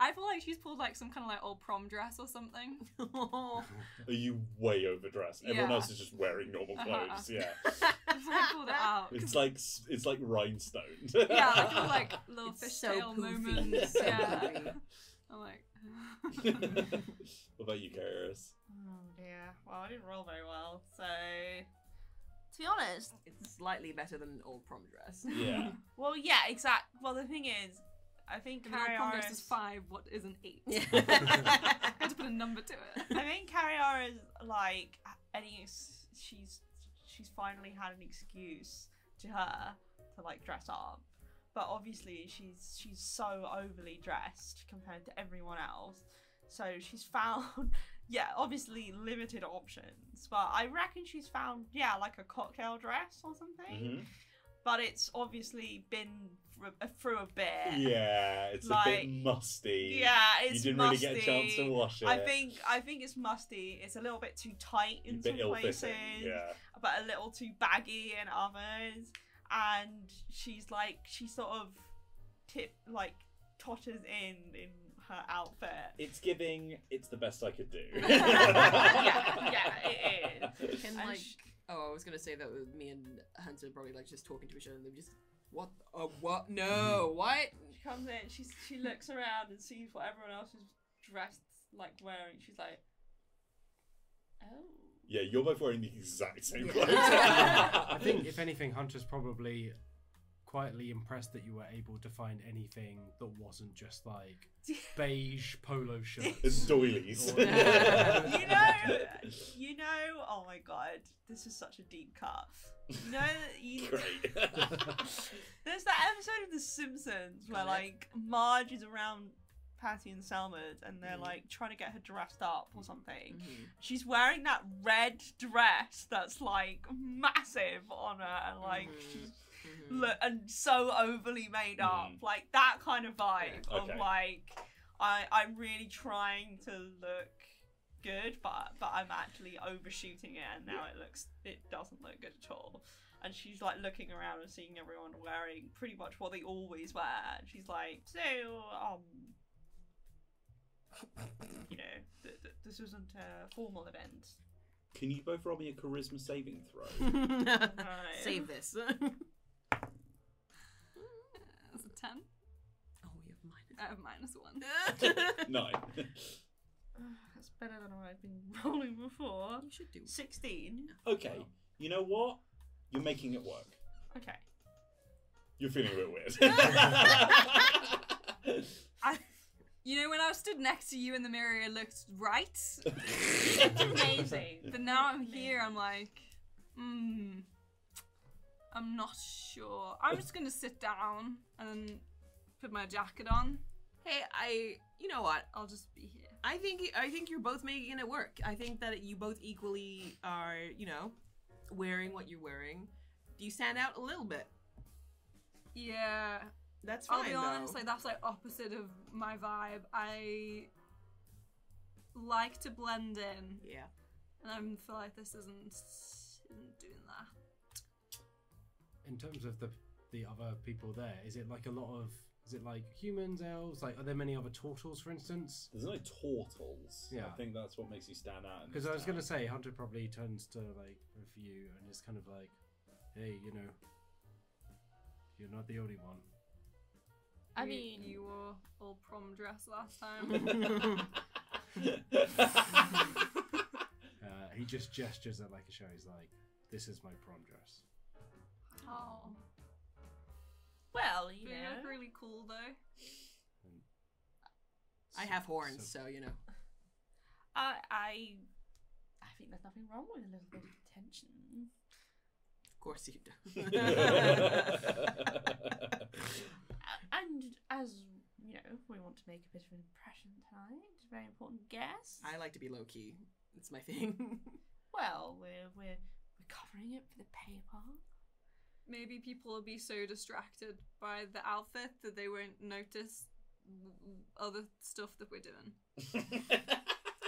Speaker 4: I feel like she's pulled like some kind of like old prom dress or something. (laughs)
Speaker 2: Are you way overdressed? Everyone
Speaker 4: Yeah.
Speaker 2: else is just wearing normal clothes.
Speaker 4: Uh-huh. (laughs)
Speaker 2: Yeah.
Speaker 4: I pulled it
Speaker 2: (laughs)
Speaker 4: out. 'cause-
Speaker 2: It's like s- it's like rhinestone.
Speaker 4: yeah, I feel like little
Speaker 3: It's so
Speaker 4: fishtail
Speaker 3: poofy. (laughs)
Speaker 4: moments.
Speaker 3: So
Speaker 4: yeah,
Speaker 3: poofy.
Speaker 4: I'm
Speaker 2: (laughs)
Speaker 4: like. (laughs)
Speaker 2: what about you, Kairos?
Speaker 7: Oh dear.
Speaker 5: Well, I didn't roll very well, so
Speaker 7: To be honest,
Speaker 3: it's slightly better than an old prom (laughs) dress.
Speaker 4: (laughs)
Speaker 2: Yeah.
Speaker 5: Well, yeah, exact. Well, the thing is, I think
Speaker 4: If an old
Speaker 5: Carrie
Speaker 4: prom dress is
Speaker 5: Harris.
Speaker 4: five, what is an eight? (laughs) I had
Speaker 3: Yeah.
Speaker 4: to put a number to it.
Speaker 5: I think Carrie is like any. ex- She's she's finally had an excuse to her to like dress up, but obviously she's she's so overly dressed compared to everyone else. So she's (laughs) found, yeah, obviously limited options, but I reckon she's found, yeah, like a cocktail dress or something.
Speaker 2: Mhm.
Speaker 7: but it's obviously been thro- uh, through a bit.
Speaker 2: Yeah, it's a
Speaker 7: Like-
Speaker 2: bit musty.
Speaker 7: Yeah, it's
Speaker 2: you didn't
Speaker 7: musty.
Speaker 2: really get a chance to wash it.
Speaker 7: I think I think it's musty. It's a little bit too tight
Speaker 2: You're a
Speaker 7: in
Speaker 2: bit
Speaker 7: some places,
Speaker 2: ill-fitting. Yeah,
Speaker 7: but a little too baggy in others. And she's like, she sort of tip like totters in in her
Speaker 2: (laughs)
Speaker 7: outfit. (laughs)
Speaker 2: it's giving. It's the best I could do.
Speaker 7: Yeah, yeah, it
Speaker 2: is.
Speaker 3: Can
Speaker 7: And
Speaker 3: like
Speaker 7: sh-
Speaker 3: (laughs) oh, I was gonna say that with me and Hunter probably like just talking to each other and they're just what uh, what
Speaker 4: Mm-hmm.
Speaker 3: no what
Speaker 7: She comes in, she she looks around and sees what everyone else is dressed like wearing. She's like, (laughs) oh,
Speaker 2: Yeah, you're both wearing the exact same
Speaker 3: Yeah.
Speaker 2: clothes.
Speaker 6: I think,
Speaker 2: (laughs)
Speaker 6: if anything, Hunter's probably quietly impressed that you were able to find anything that wasn't just like beige polo
Speaker 2: it's
Speaker 6: shirts.
Speaker 2: doilies.
Speaker 6: (laughs) You
Speaker 7: you know, you know, oh my god, this is such a deep cut. You know,
Speaker 3: (laughs)
Speaker 7: that you,
Speaker 2: Great. (laughs)
Speaker 7: there's that episode of The Simpsons where
Speaker 3: Got it.
Speaker 7: like Marge is around Patty and Selma's and they're
Speaker 3: Mhm.
Speaker 7: like trying to get her dressed up
Speaker 3: Mm.
Speaker 7: or something. She's wearing that red dress that's like massive on her and like she's
Speaker 3: Mm-hmm.
Speaker 7: look and so overly made up
Speaker 2: Mm.
Speaker 7: like that kind of vibe
Speaker 2: Yeah, okay.
Speaker 7: of like i i'm really trying to look good but but i'm actually overshooting it and now it looks it doesn't look good at all and she's like looking around and seeing everyone wearing pretty much what they always wear and she's like so um you know th- th- this isn't a formal event
Speaker 2: Can you both roll me a charisma saving throw?
Speaker 7: (laughs) Right.
Speaker 3: Mm-hmm. (laughs) Save this. oh, you
Speaker 4: That's a 10.
Speaker 3: have mine.
Speaker 4: I have minus 1.
Speaker 2: Nine.
Speaker 7: that's better than i've been (laughs) rolling before
Speaker 3: you should do.
Speaker 7: 16
Speaker 2: (laughs) Okay, you know what? You're making it work.
Speaker 7: okay
Speaker 2: You're feeling a bit
Speaker 7: (laughs)
Speaker 2: (laughs) weird.
Speaker 4: You know, when I stood next to you in the mirror, it looked right.
Speaker 7: amazing.
Speaker 2: (laughs)
Speaker 4: But
Speaker 3: (laughs)
Speaker 4: now I'm here, I'm like, hmm. I'm not sure. I'm just gonna sit down and put my jacket on.
Speaker 3: Hey, I. You know what?
Speaker 4: I'll just be here.
Speaker 3: I think I think you're both making it work. I think that you both equally are. You know, wearing what you're wearing. You stand out a little bit.
Speaker 4: Yeah.
Speaker 3: That's fine.
Speaker 4: I'll be honest,
Speaker 3: though.
Speaker 4: like that's like opposite of my vibe. I like to blend in,
Speaker 3: yeah.
Speaker 4: and I feel like this isn't, isn't doing that.
Speaker 6: In terms of the the other people there, is it like a lot of is it like humans, elves? Like, are there many other turtles, for instance?
Speaker 2: There's no tortles. I
Speaker 6: Yeah.
Speaker 2: think that's what makes you stand out. in
Speaker 6: Because
Speaker 2: this
Speaker 6: I was
Speaker 2: town.
Speaker 6: gonna say Hunter probably turns to like both of you and is kind of like, "Hey, you know, you're not the only one."
Speaker 9: I
Speaker 4: You-
Speaker 9: mean-
Speaker 4: you wore all prom dress last time. (laughs)
Speaker 6: Uh, he just gestures at like a show. He's like, "This is my prom dress."
Speaker 4: oh,
Speaker 7: Well,
Speaker 4: but you
Speaker 7: you
Speaker 4: look
Speaker 7: know.
Speaker 4: really cool though.
Speaker 3: I have horns, so you know.
Speaker 7: I, I, I think there's nothing wrong with a little bit of attention.
Speaker 3: Of course you do. (laughs)
Speaker 7: A- And as you know, we want to make a bit of an impression tonight. It's a very important guest.
Speaker 3: I like to be low key. It's my thing.
Speaker 7: Well, we're we're we're covering it for the
Speaker 2: (laughs)
Speaker 7: paper.
Speaker 4: Maybe people will be so distracted by the outfit that they won't notice w- w- other stuff that we're doing.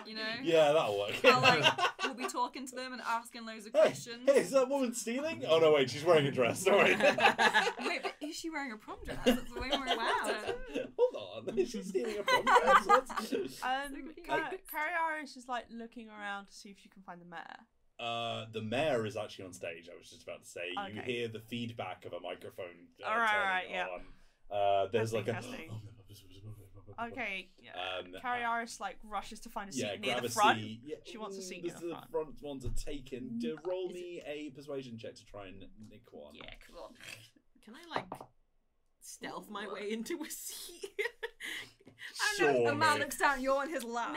Speaker 4: You know?
Speaker 2: (laughs) yeah, that'll work. (laughs)
Speaker 4: I'll, like, We'll be talking to them and asking loads of questions.
Speaker 2: Hey, is that woman stealing? Oh no, wait, she's wearing a dress. Sorry.
Speaker 4: (laughs) Wait, but is she wearing a prom dress?
Speaker 2: (laughs)
Speaker 4: That's way more wow.
Speaker 2: Hold on, (laughs) is she stealing a prom dress? What's- (laughs)
Speaker 7: Um,
Speaker 4: confused.
Speaker 7: Kari- Kariaris is like looking around to see if she can find the mayor.
Speaker 2: Uh, the mayor is actually on stage. I was just about to say. You
Speaker 7: Okay.
Speaker 2: hear the feedback of a microphone. Uh,
Speaker 7: All right,
Speaker 2: turning
Speaker 7: right, yeah.
Speaker 2: on. Uh, there's like a.
Speaker 7: Testing,
Speaker 2: (laughs)
Speaker 7: Okay,
Speaker 2: Um,
Speaker 7: Kariaris like rushes to find a seat
Speaker 2: Yeah,
Speaker 7: near
Speaker 2: grab
Speaker 7: the
Speaker 2: a
Speaker 7: front.
Speaker 2: seat. Yeah,
Speaker 7: She wants a
Speaker 2: mm,
Speaker 7: seat
Speaker 2: This
Speaker 7: near
Speaker 2: is
Speaker 7: the
Speaker 2: the
Speaker 7: front. Mm,
Speaker 2: front ones are taken. Do roll
Speaker 3: is
Speaker 2: me a persuasion check to try and nick one.
Speaker 7: Yeah, come on.
Speaker 3: Can I like stealth my way into a seat? (laughs)
Speaker 2: Surely.
Speaker 4: A man looks down, you're on his lap.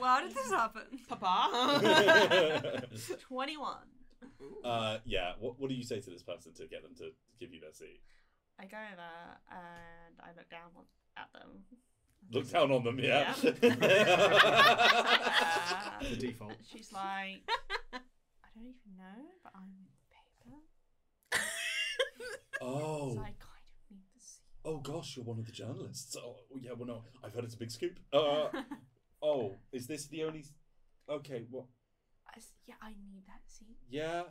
Speaker 4: Wow, did this happen?
Speaker 3: (laughs) Papa.
Speaker 7: Twenty-one.
Speaker 2: (laughs) uh, yeah. What, what do you say to this person to get them to give you their seat?
Speaker 7: I go over and I look down on- at them.
Speaker 2: Look down on them. Yeah.
Speaker 7: Yeah.
Speaker 6: (laughs) The default.
Speaker 3: (laughs)
Speaker 7: She's like, I don't even know, but I'm the Rebecca.
Speaker 2: (laughs) Oh,
Speaker 7: So I kind of need to see.
Speaker 2: oh gosh, you're one of the journalists. Oh, yeah, well, no, I've heard it's a big scoop. Uh,
Speaker 5: (laughs)
Speaker 2: oh, is this the only? Okay, what?
Speaker 7: I s yeah, I need that seat.
Speaker 2: Yeah.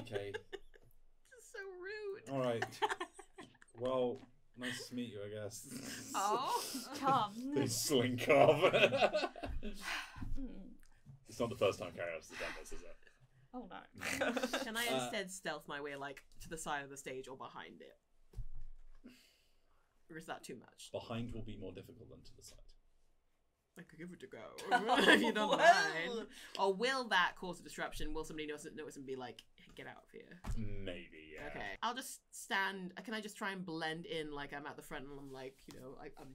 Speaker 2: okay.
Speaker 3: This is so rude.
Speaker 2: All right. Well, nice to meet you, I guess.
Speaker 4: Oh.
Speaker 2: they (laughs)
Speaker 7: Tom.
Speaker 2: slink off.
Speaker 5: Mm-hmm.
Speaker 7: Mm.
Speaker 2: (laughs) it's not the first time Karios has done this, is it?
Speaker 7: Oh no.
Speaker 3: Can I
Speaker 2: Uh,
Speaker 3: instead stealth my way, like, to the side of the stage or behind it? Or is that too much?
Speaker 2: Behind will be more difficult than to the side.
Speaker 3: I could give it a (laughs) go. if you don't mind. Or will that cause a disruption? Will somebody notice, notice and be like, get out of here?
Speaker 2: Maybe, yeah.
Speaker 3: Okay. I'll just stand. Can I just try and blend in like I'm at the front and I'm like, you know, I, I'm,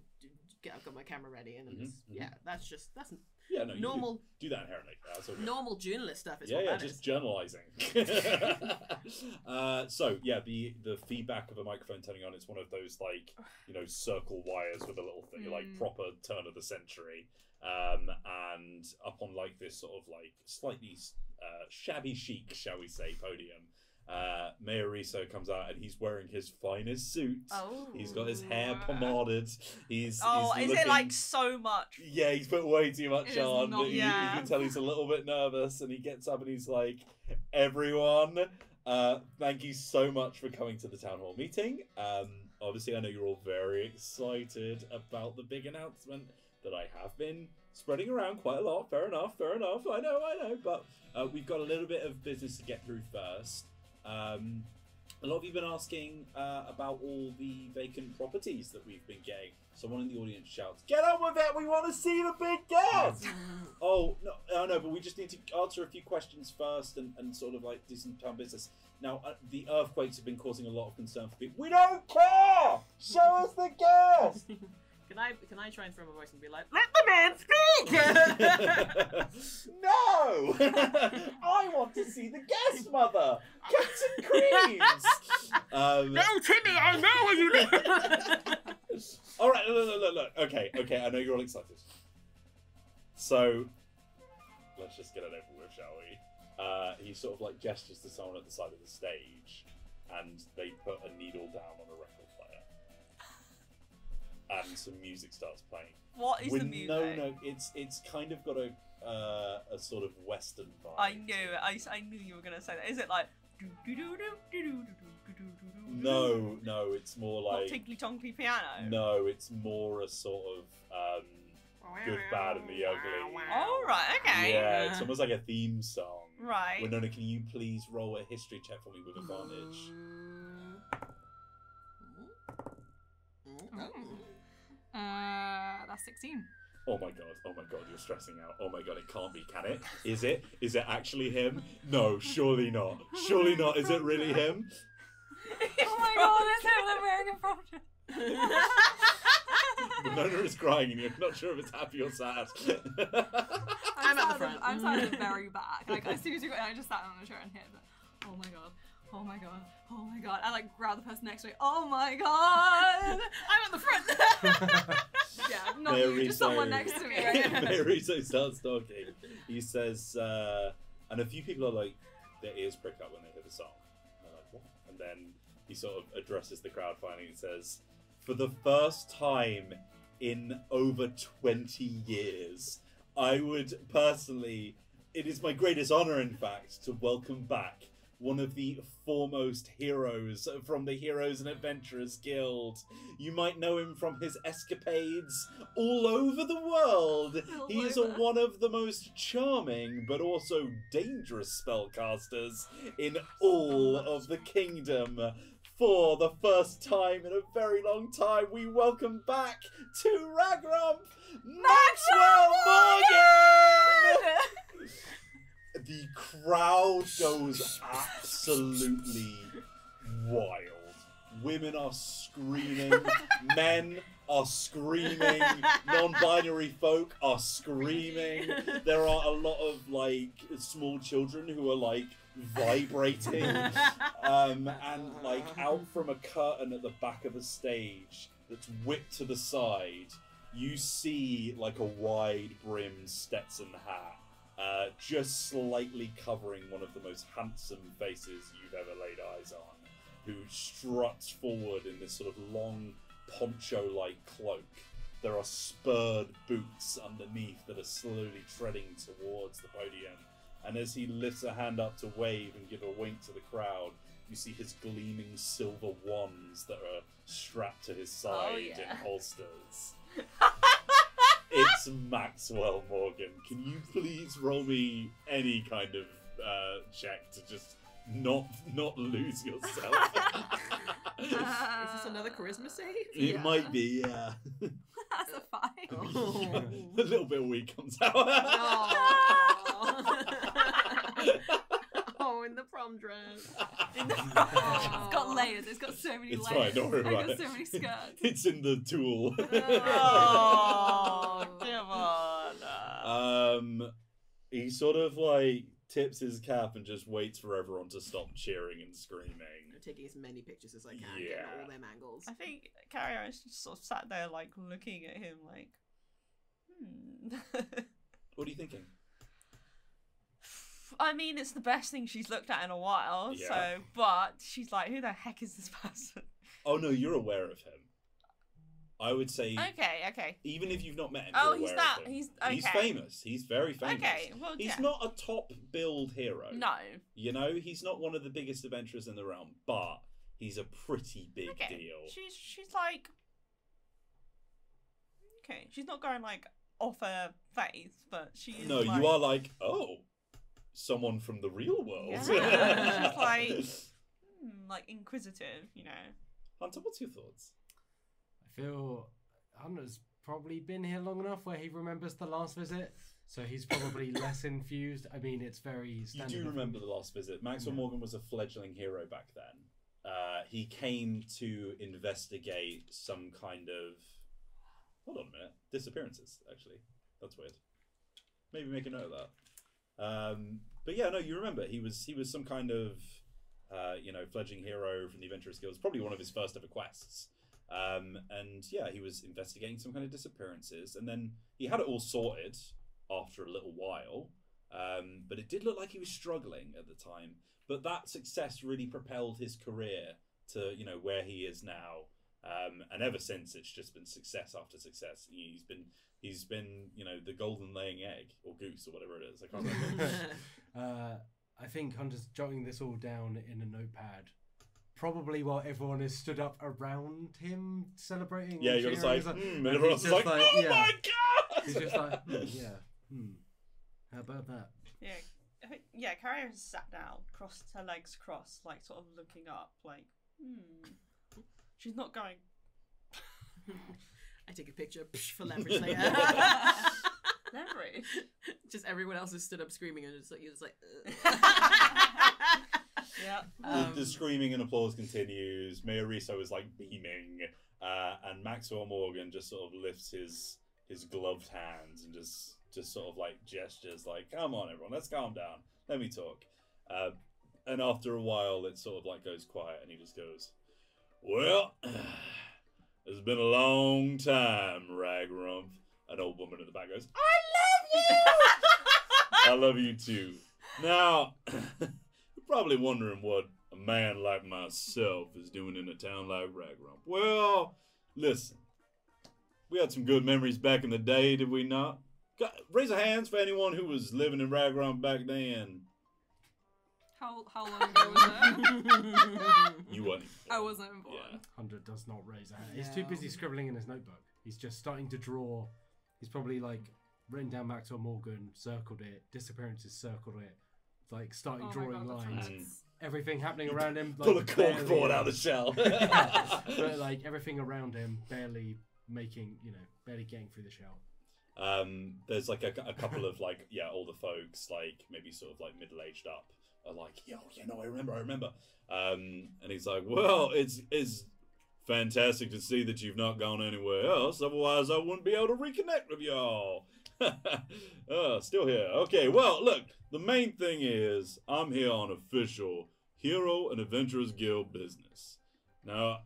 Speaker 3: get, I've got my camera ready and I'm
Speaker 2: Mhm,
Speaker 3: just,
Speaker 2: mhm.
Speaker 3: yeah, that's just, that's
Speaker 2: Yeah, no, you
Speaker 3: normal
Speaker 2: do, do that inherently. That's all good.
Speaker 3: normal journalist stuff is
Speaker 2: yeah,
Speaker 3: what
Speaker 2: yeah,
Speaker 3: that is.
Speaker 2: just journalizing. (laughs) uh, so yeah, the the feedback of a microphone turning on is one of those like you know circle wires with a little thing, like
Speaker 5: Hmm.
Speaker 4: Mm.
Speaker 2: proper turn of the century, um, and up on like this sort of like slightly uh, shabby chic, shall we say, podium. Uh, Mayor Riso comes out and he's wearing his finest suit.
Speaker 7: oh.
Speaker 2: He's got his hair pomaded. He's
Speaker 5: Oh,
Speaker 2: he's
Speaker 5: is it like
Speaker 2: looking-
Speaker 5: so much?
Speaker 2: yeah, he's put way too much
Speaker 4: It is
Speaker 2: on.
Speaker 4: not-
Speaker 2: but he-
Speaker 5: yeah.
Speaker 2: You can tell he's a little bit nervous, and he gets up and he's like, "Everyone, uh, thank you so much for coming to the town hall meeting. Um, obviously, I know you're all very excited about the big announcement that I have been spreading around quite a lot. Fair enough, fair enough. I know, I know. But uh, we've got a little bit of business to get through first. Um, a lot of you've been asking uh, about all the vacant properties that we've been getting. Someone in the audience shouts, "Get on with it! We want to see the big
Speaker 3: (laughs)
Speaker 2: gas!"
Speaker 3: Mm.
Speaker 2: oh no, oh, no, but we just need to answer a few questions first and, and sort of like do some town business. Now, uh, the earthquakes have been causing a lot of concern for people. We don't care. Show us the
Speaker 3: (laughs)
Speaker 2: gas.
Speaker 3: Can I can I try and throw my voice and be like, let the man speak?
Speaker 2: (laughs)
Speaker 3: (laughs)
Speaker 2: no! (laughs) I want to see the gas, mother! Cats and creams! Um,
Speaker 3: Timmy, I know where you
Speaker 2: all right, look, look, look, look. Okay, okay, I know you're all excited. So, let's just get it over with, shall we? Uh, he sort of like gestures to someone at the side of the stage, and they put a needle down on a record player, and some music starts playing.
Speaker 5: What is
Speaker 2: With
Speaker 5: the music?
Speaker 2: No, no, it's it's kind of got a uh, a sort of western vibe.
Speaker 5: I
Speaker 2: to
Speaker 5: knew it. I, s- I knew you were gonna say that. Is it like?
Speaker 2: No, no, it's more
Speaker 5: Not
Speaker 2: like
Speaker 5: tinkly tonkly piano.
Speaker 2: no, it's more a sort of um, (laughs) good, bad, and the ugly.
Speaker 5: All right. Okay.
Speaker 2: Yeah, it's
Speaker 3: Yeah.
Speaker 2: almost like a theme song.
Speaker 5: Right.
Speaker 2: Winona, can you please roll a history check for me with advantage?
Speaker 5: (gasps)
Speaker 3: Mm-hmm.
Speaker 4: Uh, that's 16.
Speaker 2: Oh my god! Oh my god! You're stressing out. Oh my god! It can't be, can it? Is it? Is it actually him? No, surely not. Surely not. Is it
Speaker 5: (laughs)
Speaker 2: really him?
Speaker 4: oh my god, it's him that wearing a
Speaker 2: (laughs)
Speaker 4: front.
Speaker 2: Winona is crying, and you're not sure if it's happy or sad. (laughs)
Speaker 3: I'm
Speaker 4: I'm,
Speaker 3: at the
Speaker 4: sat
Speaker 3: front.
Speaker 4: I'm sat at the very back. Like as soon as you got in, I just sat on the chair and hit. The, oh my god. Oh my god. Oh my god. I like grabbed the person next to me. Oh my god.
Speaker 3: I'm at the front.
Speaker 4: yeah, not
Speaker 2: Very
Speaker 4: you, just
Speaker 2: sorry.
Speaker 4: someone next to me.
Speaker 2: (laughs) Marito starts talking. He says, uh, and a few people are like, their ears prick up when they hear the song. And they're like, what? And then he sort of addresses the crowd finally and says, for the first time in over 20 years, I would personally, it is my greatest honor, in fact, to welcome back one of the foremost heroes from the Heroes and Adventurers Guild. You might know him from his escapades all over the world.
Speaker 4: All
Speaker 2: He is
Speaker 4: over.
Speaker 2: one of the most charming but also dangerous spellcasters in all of the kingdom. For the first time in a very long time, we welcome back to Ragramp Maxwell Morgan! the crowd goes absolutely wild. Women are screaming, men are screaming, non binary folk are screaming.
Speaker 5: (laughs)
Speaker 2: There are a lot of like small children who are like vibrating. Um, and like out from a curtain at the back of the stage that's whipped to the side, you see like a wide brimmed Stetson hat uh, just slightly covering one of the most handsome faces you've ever laid eyes on, who struts forward in this sort of long poncho-like cloak. There are spurred boots underneath that are slowly treading towards the podium, and as he lifts a hand up to wave and give a wink to the crowd, you see his gleaming silver wands that are strapped to his side
Speaker 7: Oh, yeah.
Speaker 2: in
Speaker 7: (laughs)
Speaker 2: holsters. It's Maxwell Morgan. Can you please roll me any kind of uh, check to just not not lose yourself?
Speaker 7: (laughs)
Speaker 2: (laughs)
Speaker 1: Is this another charisma save?
Speaker 2: (laughs) it
Speaker 7: Yeah.
Speaker 2: might be, uh, yeah.
Speaker 4: That's a five.
Speaker 1: Oh.
Speaker 2: (laughs) a little bit of weed comes
Speaker 7: (laughs)
Speaker 2: out. Oh.
Speaker 3: (laughs)
Speaker 1: Aw. oh, in the prom
Speaker 3: (laughs)
Speaker 1: dress.
Speaker 4: it's got layers. It's got so many
Speaker 2: It's fine,
Speaker 4: layers.
Speaker 2: don't worry
Speaker 4: I've
Speaker 2: about it.
Speaker 4: got so
Speaker 2: (laughs)
Speaker 4: many skirts.
Speaker 2: it's in the tool.
Speaker 7: Oh, come on.
Speaker 2: um, he sort of like tips his cap and just waits for everyone to stop cheering and screaming.
Speaker 1: I'm taking as many pictures as I can, getting
Speaker 2: Yeah.
Speaker 1: all them angles.
Speaker 7: I think Carrie Iris just sort of sat there, like, looking at him, like, hmm. (laughs)
Speaker 2: What are you thinking?
Speaker 7: I mean, it's the best thing she's looked at in a while,
Speaker 2: Yeah.
Speaker 7: so, but she's like, who the heck is this person?
Speaker 2: Oh no, you're aware of him. I would say
Speaker 7: Okay, okay.
Speaker 2: even if you've not met him.
Speaker 7: Oh,
Speaker 2: you're
Speaker 7: he's
Speaker 2: aware
Speaker 7: that-
Speaker 2: Of him.
Speaker 7: he's-
Speaker 2: He's
Speaker 7: okay.
Speaker 2: famous. He's very famous.
Speaker 7: Okay, well,
Speaker 2: He's
Speaker 7: yeah.
Speaker 2: not a top build hero.
Speaker 7: No.
Speaker 2: You know, he's not one of the biggest adventurers in the realm, but he's a pretty big
Speaker 7: Okay.
Speaker 2: deal.
Speaker 7: She's she's like Okay, she's not going like off her face, but she is
Speaker 2: No,
Speaker 7: like,
Speaker 2: you are like, oh, someone from the real
Speaker 7: (laughs)
Speaker 2: world. (laughs)
Speaker 7: Yeah. She's hmm, like inquisitive, you know.
Speaker 2: Hunter, what's your thoughts?
Speaker 6: I feel Hunter's probably been here long enough where he remembers the last visit, so he's probably less (laughs) infused. I mean, it's very
Speaker 2: You
Speaker 6: standard.
Speaker 2: do
Speaker 6: of him.
Speaker 2: remember the last visit. Maxwell
Speaker 6: Yeah.
Speaker 2: Morgan was a fledgling hero back then. Uh, he came to investigate some kind of. Hold on a minute. Disappearances, actually. That's weird. Maybe make a note of that. Um, but yeah, no, you remember he was he was some kind of uh, you know fledgling hero from the Adventurers Guild. Probably one of his first ever quests. Um, and yeah, he was investigating some kind of disappearances, and then he had it all sorted after a little while. Um, but it did look like he was struggling at the time. But that success really propelled his career to you know where he is now. Um, and ever since, it's just been success after success. He- He's been he's been you know the golden laying egg or goose or whatever it is. I can't remember.
Speaker 6: (laughs) Uh, I think Hunter's jotting this all down in a notepad. Probably while everyone is stood up around him celebrating.
Speaker 2: yeah,
Speaker 6: and
Speaker 2: you're just
Speaker 6: cheering.
Speaker 2: like,
Speaker 6: He's
Speaker 2: mm, and
Speaker 6: he's
Speaker 2: everyone's
Speaker 6: just
Speaker 2: like,
Speaker 6: like,
Speaker 2: oh
Speaker 6: yeah.
Speaker 2: my god!
Speaker 6: He's just like, hmm, yeah, hmm. How about that?
Speaker 7: Yeah. I think, yeah, Carrie has sat down, crossed her legs crossed, like sort of looking up, like, hmm. She's not going
Speaker 1: I take a picture psh, for leverage later.
Speaker 3: (laughs)
Speaker 7: leverage.
Speaker 1: just everyone else has stood up screaming and it's like you're just like. "Ugh."
Speaker 7: yeah.
Speaker 1: Um,
Speaker 2: the, the screaming and applause continues. Mayorisa was like beaming, uh, and Maxwell Morgan just sort of lifts his his gloved hands and just just sort of like gestures like, "Come on, everyone, let's calm down. Let me talk." Uh, and after a while, it sort of like goes quiet, and he just goes, "Well, (sighs) it's been a long time, Ragrump." An old woman at the back goes, I love you too. Now, (laughs) you're probably wondering what a man like myself is doing in a town like Ragrump. Well, listen, we had some good memories back in the day, did we not? Go- Raise your hands for anyone who was living in Ragrump back then.
Speaker 4: How, how long ago was that?
Speaker 2: You weren't.
Speaker 4: I wasn't even born.
Speaker 2: Yeah.
Speaker 6: Hunter does not raise a hand. He's too busy scribbling in his notebook. He's just starting to draw. He's probably like written down Maxwell Morgan, circled it, disappearances, circled it, like starting
Speaker 4: Oh my god,
Speaker 6: drawing lines.
Speaker 4: that's
Speaker 2: lines.
Speaker 4: nuts.
Speaker 6: Everything happening around him. Like,
Speaker 2: Pull a corkboard
Speaker 6: barely-
Speaker 2: out of the
Speaker 6: (laughs)
Speaker 2: shell. (laughs)
Speaker 6: but like everything around him, barely making, you know, barely getting through the shell.
Speaker 2: Um, there's like a, a couple of like yeah, all the folks like maybe sort of like middle aged up are like yo yeah no I remember I remember. Um, and he's like, well it's it's fantastic to see that you've not gone anywhere else. Otherwise I wouldn't be able to reconnect with y'all. (laughs) uh, still here. Okay. Well, look. The main thing is I'm here on official Hero and Adventurers Guild business. Now,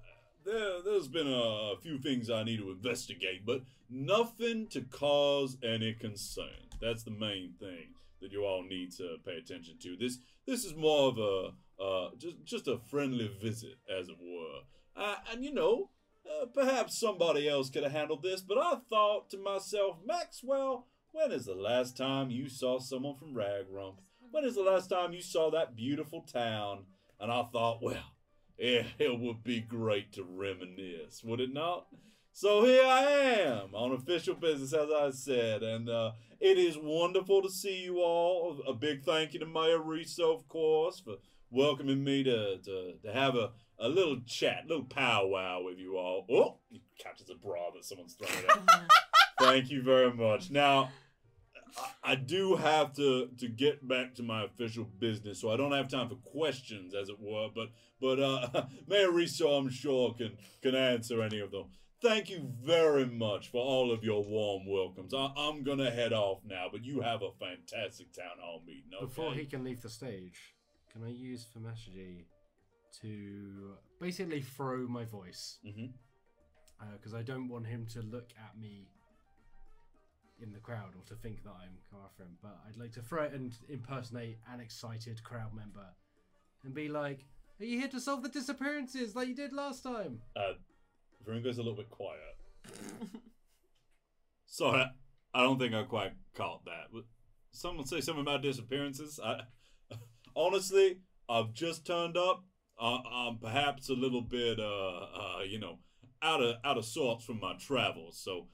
Speaker 2: there, there's been a few things I need to investigate, but nothing to cause any concern. That's the main thing. that you all need to pay attention to. This this is more of a uh, just just a friendly visit, as it were. Uh, and you know, uh, perhaps somebody else could have handled this, but I thought to myself, Maxwell, when is the last time you saw someone from Ragrump? When is the last time you saw that beautiful town? And I thought, well, (laughs) yeah, it would be great to reminisce, would it not? So here I am on official business, as I said, and uh, it is wonderful to see you all. A big thank you to Mayor Riso, of course, for welcoming me to, to, to have a, a little chat, little powwow with you all. Oh, he catches a bra that someone's thrown at him. Thank you very much. Now, I, I do have to, to get back to my official business, so I don't have time for questions, as it were. But but uh, (laughs) Mayor Riso, I'm sure, can can answer any of them. Thank you very much for all of your warm welcomes. I, I'm gonna head off now, but you have a fantastic town hall meeting. Okay?
Speaker 6: Before he can leave the stage, can I use Famashiji to basically throw my voice?
Speaker 2: Mhm.
Speaker 6: Because I don't want him to look at me in the crowd or to think that I'm coming after him. But I'd like to throw it and impersonate an excited crowd member and be like, Are you here to solve the disappearances like you did last time?
Speaker 2: Uh, Verunga's a little bit quiet. (laughs) Sorry, I don't think I quite caught that. W- Someone say something about disappearances. I (laughs) honestly, I've just turned up. Uh, I'm perhaps a little bit, uh, uh, you know, out of out of sorts from my travels. So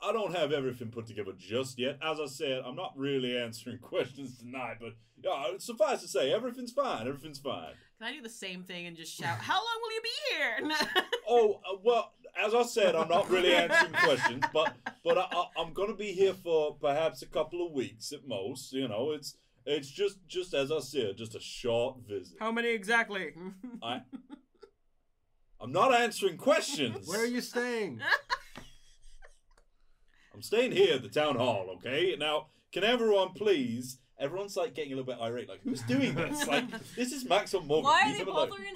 Speaker 2: I don't have everything put together just yet. As I said, I'm not really answering (laughs) questions tonight. But uh, suffice to say, everything's fine. Everything's fine.
Speaker 3: (laughs) Can I do the same thing and just shout, How long will you be here? (laughs)
Speaker 2: Oh uh, well, as I said, I'm not really answering questions, but but I, I, I'm gonna be here for perhaps a couple of weeks at most. You know, it's it's just just as I said, just a short visit.
Speaker 1: How many exactly?
Speaker 2: I I'm not answering questions.
Speaker 6: Where are you staying?
Speaker 2: I'm staying here at the town hall. Okay, now can everyone please? Everyone's like getting a little bit irate. Like, who's doing this? Like, this is Max on Morgan.
Speaker 4: Why are
Speaker 2: leave
Speaker 4: they
Speaker 2: him alone.
Speaker 4: bothering him?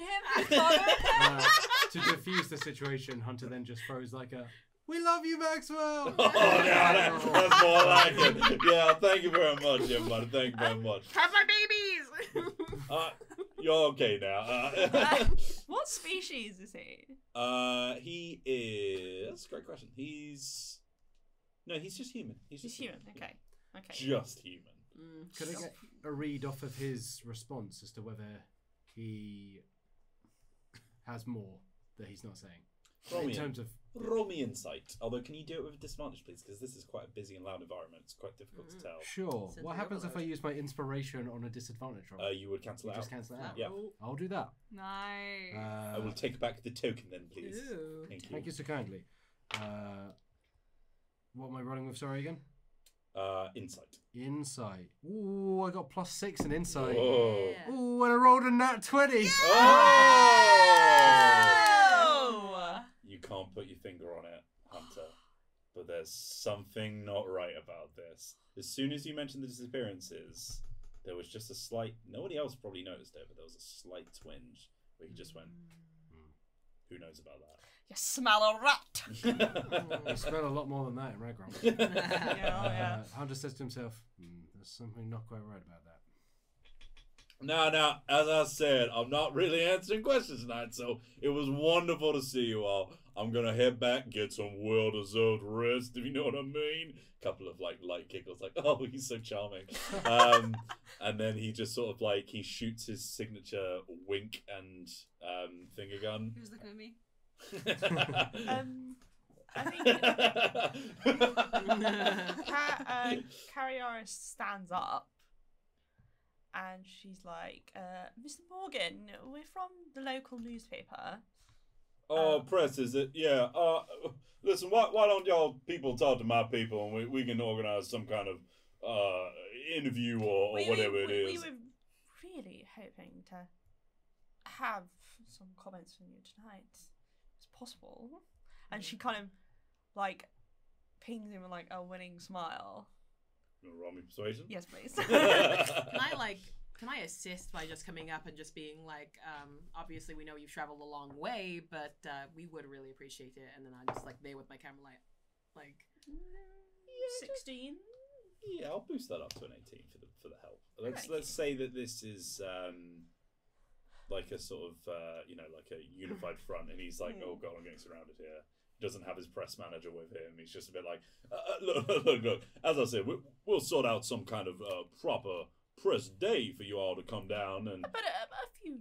Speaker 4: He's bothering him.
Speaker 6: Uh, to defuse the situation, Hunter then just throws like a, "We love you, Maxwell."
Speaker 2: (laughs) (laughs) Oh, no, that, that's more like it. Yeah, thank you very much, everybody. Thank you very much.
Speaker 3: Have my babies!
Speaker 2: Uh, you're okay now. Uh, (laughs)
Speaker 7: What species is he?
Speaker 2: Uh, he is. That's a great question. He's no, he's just human. He's
Speaker 7: He's
Speaker 2: just
Speaker 7: human. Okay. Okay.
Speaker 2: Just human.
Speaker 6: (laughs) Could I get a read off of his response as to whether he has more that he's not saying
Speaker 2: Roll
Speaker 6: in
Speaker 2: me,
Speaker 6: terms of?
Speaker 2: roll me insight. Although, can you do it with disadvantage, please? Because this is quite a busy and loud environment. It's quite difficult
Speaker 7: Mm-hmm.
Speaker 2: to tell.
Speaker 6: Sure.
Speaker 3: Sensory
Speaker 6: What happens if I
Speaker 3: overload.
Speaker 6: use my inspiration on a disadvantage roll?
Speaker 2: Uh, you would cancel
Speaker 6: You
Speaker 2: out.
Speaker 6: just cancel it out.
Speaker 2: Yeah.
Speaker 6: I'll do that.
Speaker 4: Nice.
Speaker 2: I
Speaker 6: Uh,
Speaker 2: will take back the token then, please.
Speaker 1: Ooh.
Speaker 2: Thank you.
Speaker 6: thank you so kindly. Uh, what am I rolling with? Sorry again.
Speaker 2: Uh, insight.
Speaker 6: Insight. Ooh, I got plus six in insight.
Speaker 2: Oh.
Speaker 3: Yeah.
Speaker 6: Ooh, and I rolled a nat twenty.
Speaker 2: Oh!
Speaker 7: Oh!
Speaker 2: You can't put your finger on it, Hunter. But there's something not right about this. As soon as you mentioned the disappearances, there was just a slight. Nobody else probably noticed it, but there was a slight twinge where you just went, "Hmm, "Who knows about
Speaker 7: You smell a rat.
Speaker 6: I
Speaker 2: (laughs)
Speaker 6: (laughs)
Speaker 2: that?"
Speaker 6: smell a lot more than that in Ragron.
Speaker 2: (laughs) Oh,
Speaker 7: Yeah, yeah.
Speaker 6: Uh, Hunter says to himself, "Hmm, "There's something not quite right about that."
Speaker 2: no, no. As I said, I'm not really answering questions tonight, so it was wonderful to see you all. I'm gonna head back, get some well-deserved rest, if you know what I mean. Couple of like light giggles, like, (laughs) "Oh, he's so charming." um, and then he just sort of like he shoots his signature wink and um, finger gun.
Speaker 4: Who's looking at me?
Speaker 2: (laughs)
Speaker 7: Um, I think (laughs) Ca- uh, Carrieris stands up and she's like, uh, Mr. Morgan, we're from the local newspaper.
Speaker 2: oh,
Speaker 7: Um,
Speaker 2: press is it? Yeah. Uh, listen, why why don't y'all people talk to my people and we, we can organize some kind of uh interview or, or
Speaker 7: we, we-
Speaker 2: whatever
Speaker 7: we,
Speaker 2: it is.
Speaker 7: We were really hoping to have some comments from you tonight, if possible. And she kind of like pings him with like a winning smile.
Speaker 2: You wanna roll me persuasion. (laughs)
Speaker 7: Yes, please.
Speaker 3: Can I like? Can I assist by just coming up and just being like, um, obviously we know you've traveled a long way, but uh, we would really appreciate it. And then I'm just like there with my camera light, like
Speaker 7: 16.
Speaker 2: Yeah, I'll boost that up to an 18 for the for the help. Let's let's say that this is um like a sort of uh, you know like a unified front, and he's like, oh god, I'm getting surrounded here. He doesn't have his press manager with him. He's just a bit like, uh, uh, look, (laughs) look, look, look. As I said, we, we'll sort out some kind of uh, proper press day for you all to come down. And
Speaker 7: But a, a few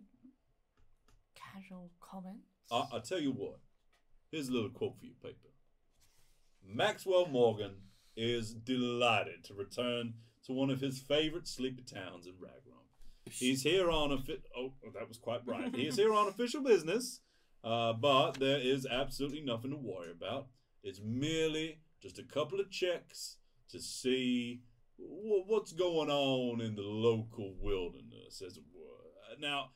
Speaker 7: casual comments.
Speaker 2: I, I tell you what, here's a little quote for your paper. Maxwell Morgan is delighted to return to one of his favorite sleepy towns in Raglan. He's here on a fi- oh, that was quite right. He's here on official business, uh, but there is absolutely nothing to worry about. It's merely just a couple of checks to see wh- what's going on in the local wilderness, as it were. Now,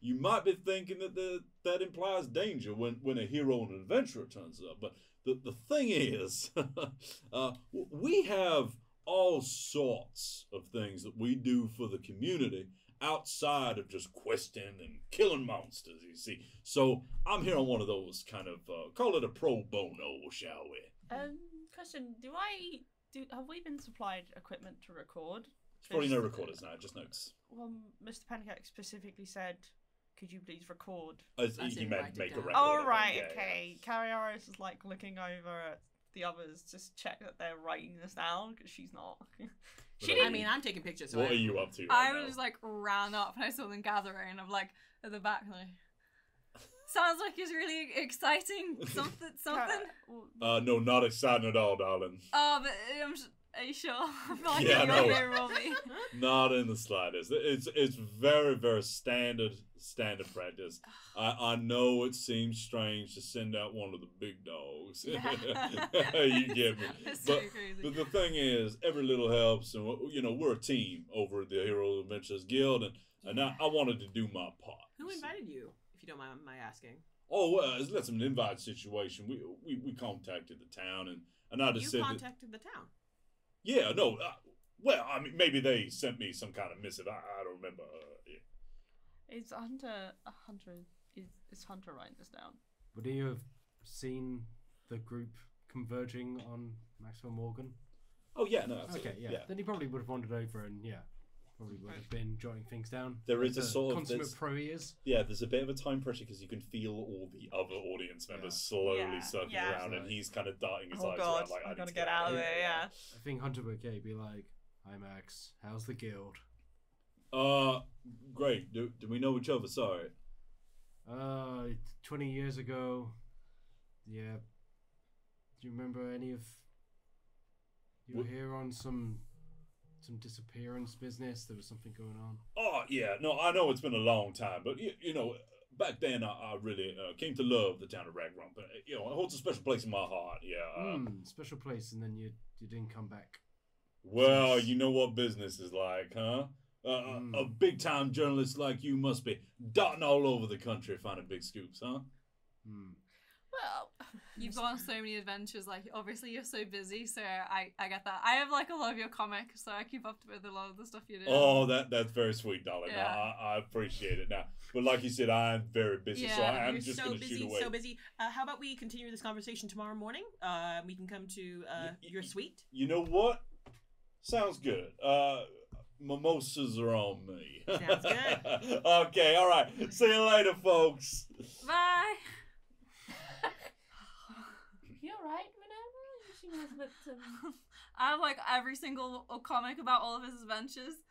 Speaker 2: you might be thinking that the, that implies danger when, when a hero and an adventurer turns up, but the, the thing is, (laughs) uh, w- we have all sorts of things that we do for the community outside of just questing and killing monsters, you see. So I'm here on one of those kind of, uh, call it a pro bono, shall we?
Speaker 7: Um, question: Do I do? Have we been supplied equipment to record?
Speaker 2: There's probably no
Speaker 7: Just-
Speaker 2: recorders now, just notes.
Speaker 7: Well, Mr. Pancake specifically said, "Could you please record?"
Speaker 2: Uh,
Speaker 3: That's
Speaker 2: you
Speaker 3: it,
Speaker 2: meant
Speaker 3: write it
Speaker 2: make a
Speaker 3: down.
Speaker 2: record.
Speaker 7: Oh
Speaker 2: of it,
Speaker 7: right,
Speaker 2: yeah, yeah.
Speaker 7: okay. Carrieros is like looking over at the others, just check that they're writing this down because she's not. (laughs) she
Speaker 2: Whatever.
Speaker 3: I
Speaker 7: didn't. (laughs)
Speaker 3: mean, I'm taking pictures. So
Speaker 2: What
Speaker 3: I-
Speaker 2: are you up to? Right
Speaker 4: I
Speaker 2: now?
Speaker 4: was like ran up and I saw them gathering. I'm like at the back like. Sounds like it's really
Speaker 2: (laughs)
Speaker 4: exciting. Something, something.
Speaker 2: Uh, no, not exciting at all, darling.
Speaker 4: Oh, but I'm. s- Are you sure? (laughs) I feel like
Speaker 2: Yeah,
Speaker 4: you're
Speaker 2: no. (laughs)
Speaker 4: (laughs) gonna roll me.
Speaker 2: Not in the slightest. It's it's very very standard standard practice. I, I know it seems strange to send out one of the big
Speaker 3: (laughs)
Speaker 2: dogs. (laughs)
Speaker 4: Yeah.
Speaker 2: you get me.
Speaker 4: That's so
Speaker 2: But
Speaker 4: crazy.
Speaker 2: but the thing is, every little helps, and we're- you know we're a team over at the Hero Adventures Guild, and and I, I wanted to do my part.
Speaker 3: Who invited you? If you don't mind my asking.
Speaker 2: Oh, well, it's that's an invite situation. We we, we contacted the town, and and I just
Speaker 3: You
Speaker 2: said that-
Speaker 3: contacted the town.
Speaker 2: Yeah, no. Uh, well, I mean, maybe they sent me some kind of missive. I, I don't remember. Uh, yeah.
Speaker 7: Is Hunter a Hunter? Is, is Hunter writing this down?
Speaker 6: Would you have seen the group converging on Maxwell Morgan?
Speaker 2: Oh yeah, no. Absolutely.
Speaker 6: Okay, yeah. Then he probably would have wandered over and yeah, probably would have been jotting things down.
Speaker 2: There
Speaker 6: Like
Speaker 2: is a
Speaker 6: the
Speaker 2: sort of-
Speaker 6: consummate
Speaker 2: there's-
Speaker 6: pro he is.
Speaker 2: Yeah, there's a bit of a time pressure because you can feel all the other audience members slowly
Speaker 7: Yeah,
Speaker 2: circling
Speaker 7: yeah.
Speaker 2: around, and he's kind of darting his
Speaker 7: Oh
Speaker 2: eyes
Speaker 7: God,
Speaker 2: around like, I
Speaker 7: I'm
Speaker 2: need
Speaker 7: gonna
Speaker 2: to
Speaker 7: get out of
Speaker 2: here."
Speaker 7: there, yeah.
Speaker 6: I think Hunter Bouquet be like, "Hi Max, how's the guild?"
Speaker 2: Uh, great. Do, do we know each other? Sorry.
Speaker 6: Uh, twenty years ago. Yeah. Do you remember any of? You were
Speaker 2: Wh-
Speaker 6: here on some, some disappearance business. There was something going on.
Speaker 2: Oh yeah, no, I know it's been a long time, but you, you know, back then I, I really uh, came to love the town of Ragrump. But you know, it holds a special place in my heart. Yeah. uh,
Speaker 6: Hmm, special place, and then you you didn't come back.
Speaker 2: Well, you know what business is like, huh? Uh, a- A
Speaker 6: Mm.
Speaker 2: big time journalist like you must be dotting all over the country finding big scoops, huh?
Speaker 6: Hmm.
Speaker 7: (laughs) Well,
Speaker 4: You've gone on so many adventures. Like obviously you're so busy, so I I get that. I have like a lot of your comics, so I keep up with a lot of the stuff you do.
Speaker 3: Mm.
Speaker 2: Oh, that that's very sweet, darling.
Speaker 4: Yeah.
Speaker 2: I, I appreciate it now. But like you said, I am very busy, so
Speaker 4: Yeah,
Speaker 2: I am
Speaker 3: You're
Speaker 2: just
Speaker 3: so
Speaker 2: going to
Speaker 3: busy,
Speaker 2: shoot away.
Speaker 3: so busy. Uh, how about we continue this conversation tomorrow morning? Uh, we can come to uh,
Speaker 2: Y- y-
Speaker 3: your
Speaker 2: y-
Speaker 3: suite.
Speaker 2: You know what? Sounds good. Uh, mimosas are on me.
Speaker 3: Sounds good.
Speaker 2: (laughs) okay, all right. See you later, folks.
Speaker 4: Bye.
Speaker 7: (laughs) you alright, Minerva? She was a bit. Um,
Speaker 4: (laughs) I have like every single comic about all of his adventures.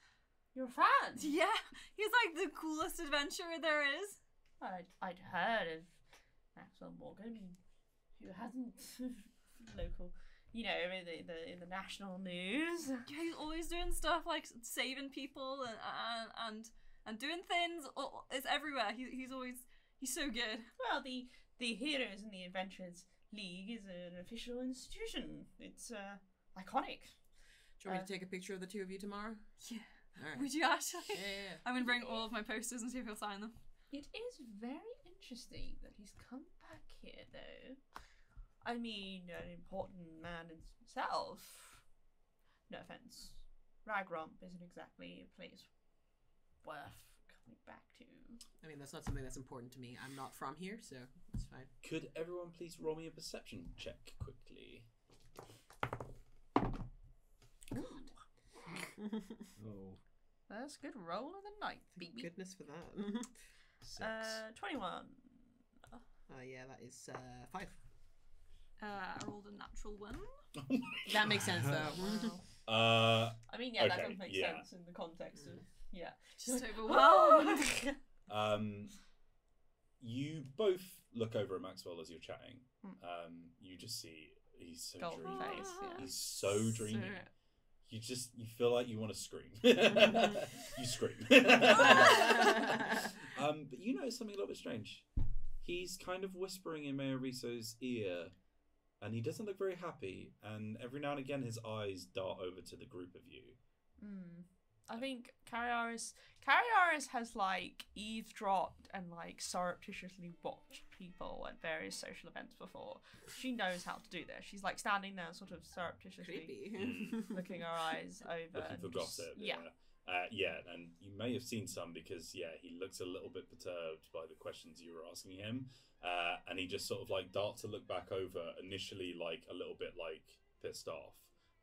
Speaker 7: you're France.
Speaker 4: Yeah, he's like the coolest adventurer there is.
Speaker 7: I'd, I'd heard of Maxwell Morgan, who hasn't (laughs) local, you know, in the, the in the national news.
Speaker 4: Yeah, he's always doing stuff like saving people and and and, and doing things. Oh, It's everywhere. He, he's always he's so good.
Speaker 7: Well, the the Heroes and the Adventurers League is an official institution. It's uh, iconic.
Speaker 3: Do you want me to
Speaker 7: Uh,
Speaker 3: take a picture of the two of you (laughs) tomorrow?
Speaker 4: Yeah.
Speaker 3: All right.
Speaker 4: Would you actually?
Speaker 3: Yeah, yeah, yeah.
Speaker 4: I'm gonna bring all of my posters and see if he'll sign them.
Speaker 7: It is very interesting that he's come back here, though. I mean, an important man in himself. No offense. Ragromp isn't exactly a place worth coming back to.
Speaker 3: I mean, that's not something that's important to me. I'm not from here, so it's fine.
Speaker 2: Could everyone please roll me a perception check quickly?
Speaker 6: Oh,
Speaker 7: First good roll of the night,
Speaker 3: Thank
Speaker 7: baby.
Speaker 3: goodness for that. (laughs)
Speaker 6: six.
Speaker 5: Uh, 21.
Speaker 1: Oh, yeah, that is uh, five.
Speaker 4: Uh, I rolled a natural one.
Speaker 3: that makes sense though. (laughs)
Speaker 2: Uh,
Speaker 7: I mean, yeah, that
Speaker 2: Okay,
Speaker 7: doesn't make
Speaker 2: yeah.
Speaker 7: sense in the context of yeah.
Speaker 4: Just
Speaker 7: "Oh!"
Speaker 4: overwhelmed.
Speaker 2: Um, you both look over at Maxwell as you're chatting.
Speaker 3: Hmm.
Speaker 2: Um, you just see he's so
Speaker 7: (laughs) Golden
Speaker 2: dreamy.
Speaker 7: face, yeah.
Speaker 2: He's so dreamy.
Speaker 4: Sir.
Speaker 2: You just you feel like you want to scream. (laughs) you scream. um, but you notice something a little bit strange. He's kind of whispering in Mayor Riso's ear, and he doesn't look very happy. And every now and again, his eyes dart over to the group of you.
Speaker 4: Hmm.
Speaker 7: Mm. I think Cariaris Cariaris has like eavesdropped and like surreptitiously watched people at various social events before. She knows how to do this. She's like standing there, sort of surreptitiously
Speaker 3: Creepy. (laughs)
Speaker 7: looking her eyes over.
Speaker 2: looking
Speaker 7: and
Speaker 2: for
Speaker 7: just-
Speaker 2: gossip.
Speaker 7: Yeah.
Speaker 2: Uh, yeah, and you may have seen some because yeah, he looks a little bit perturbed by the questions you were asking him, uh, and he just sort of like darts a look back over. Initially, like a little bit like pissed off,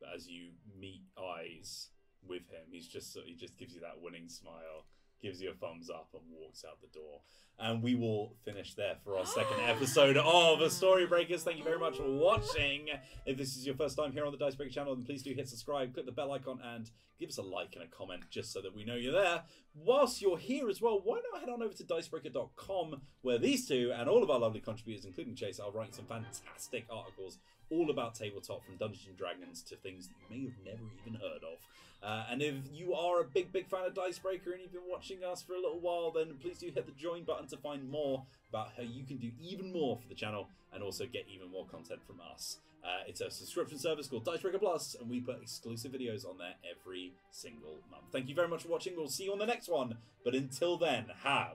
Speaker 2: but as you meet eyes with him, he's just sort- he just gives you that winning smile, gives you a thumbs up, and walks out the door. And we will finish there for our
Speaker 7: (gasps)
Speaker 2: second episode of The Story Breakers. Thank you very much for watching. If this is your first time here on the Dicebreaker channel, then please do hit subscribe, click the bell icon, and give us a like and a comment just so that we know you're there. Whilst you're here as well, why not head on over to dicebreaker.com where these two and all of our lovely contributors, including Chase, are writing some fantastic articles all about tabletop from Dungeons and Dragons to things that you may have never even heard of. Uh, and if you are a big, big fan of Dicebreaker and you've been watching us for a little while, then please do hit the join button to find more about how you can do even more for the channel and also get even more content from us. Uh, it's a subscription service called Dicebreaker Plus, and we put exclusive videos on there every single month. Thank you very much for watching. We'll see you on the next one. But until then, have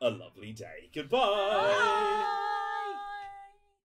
Speaker 2: a lovely day. Goodbye.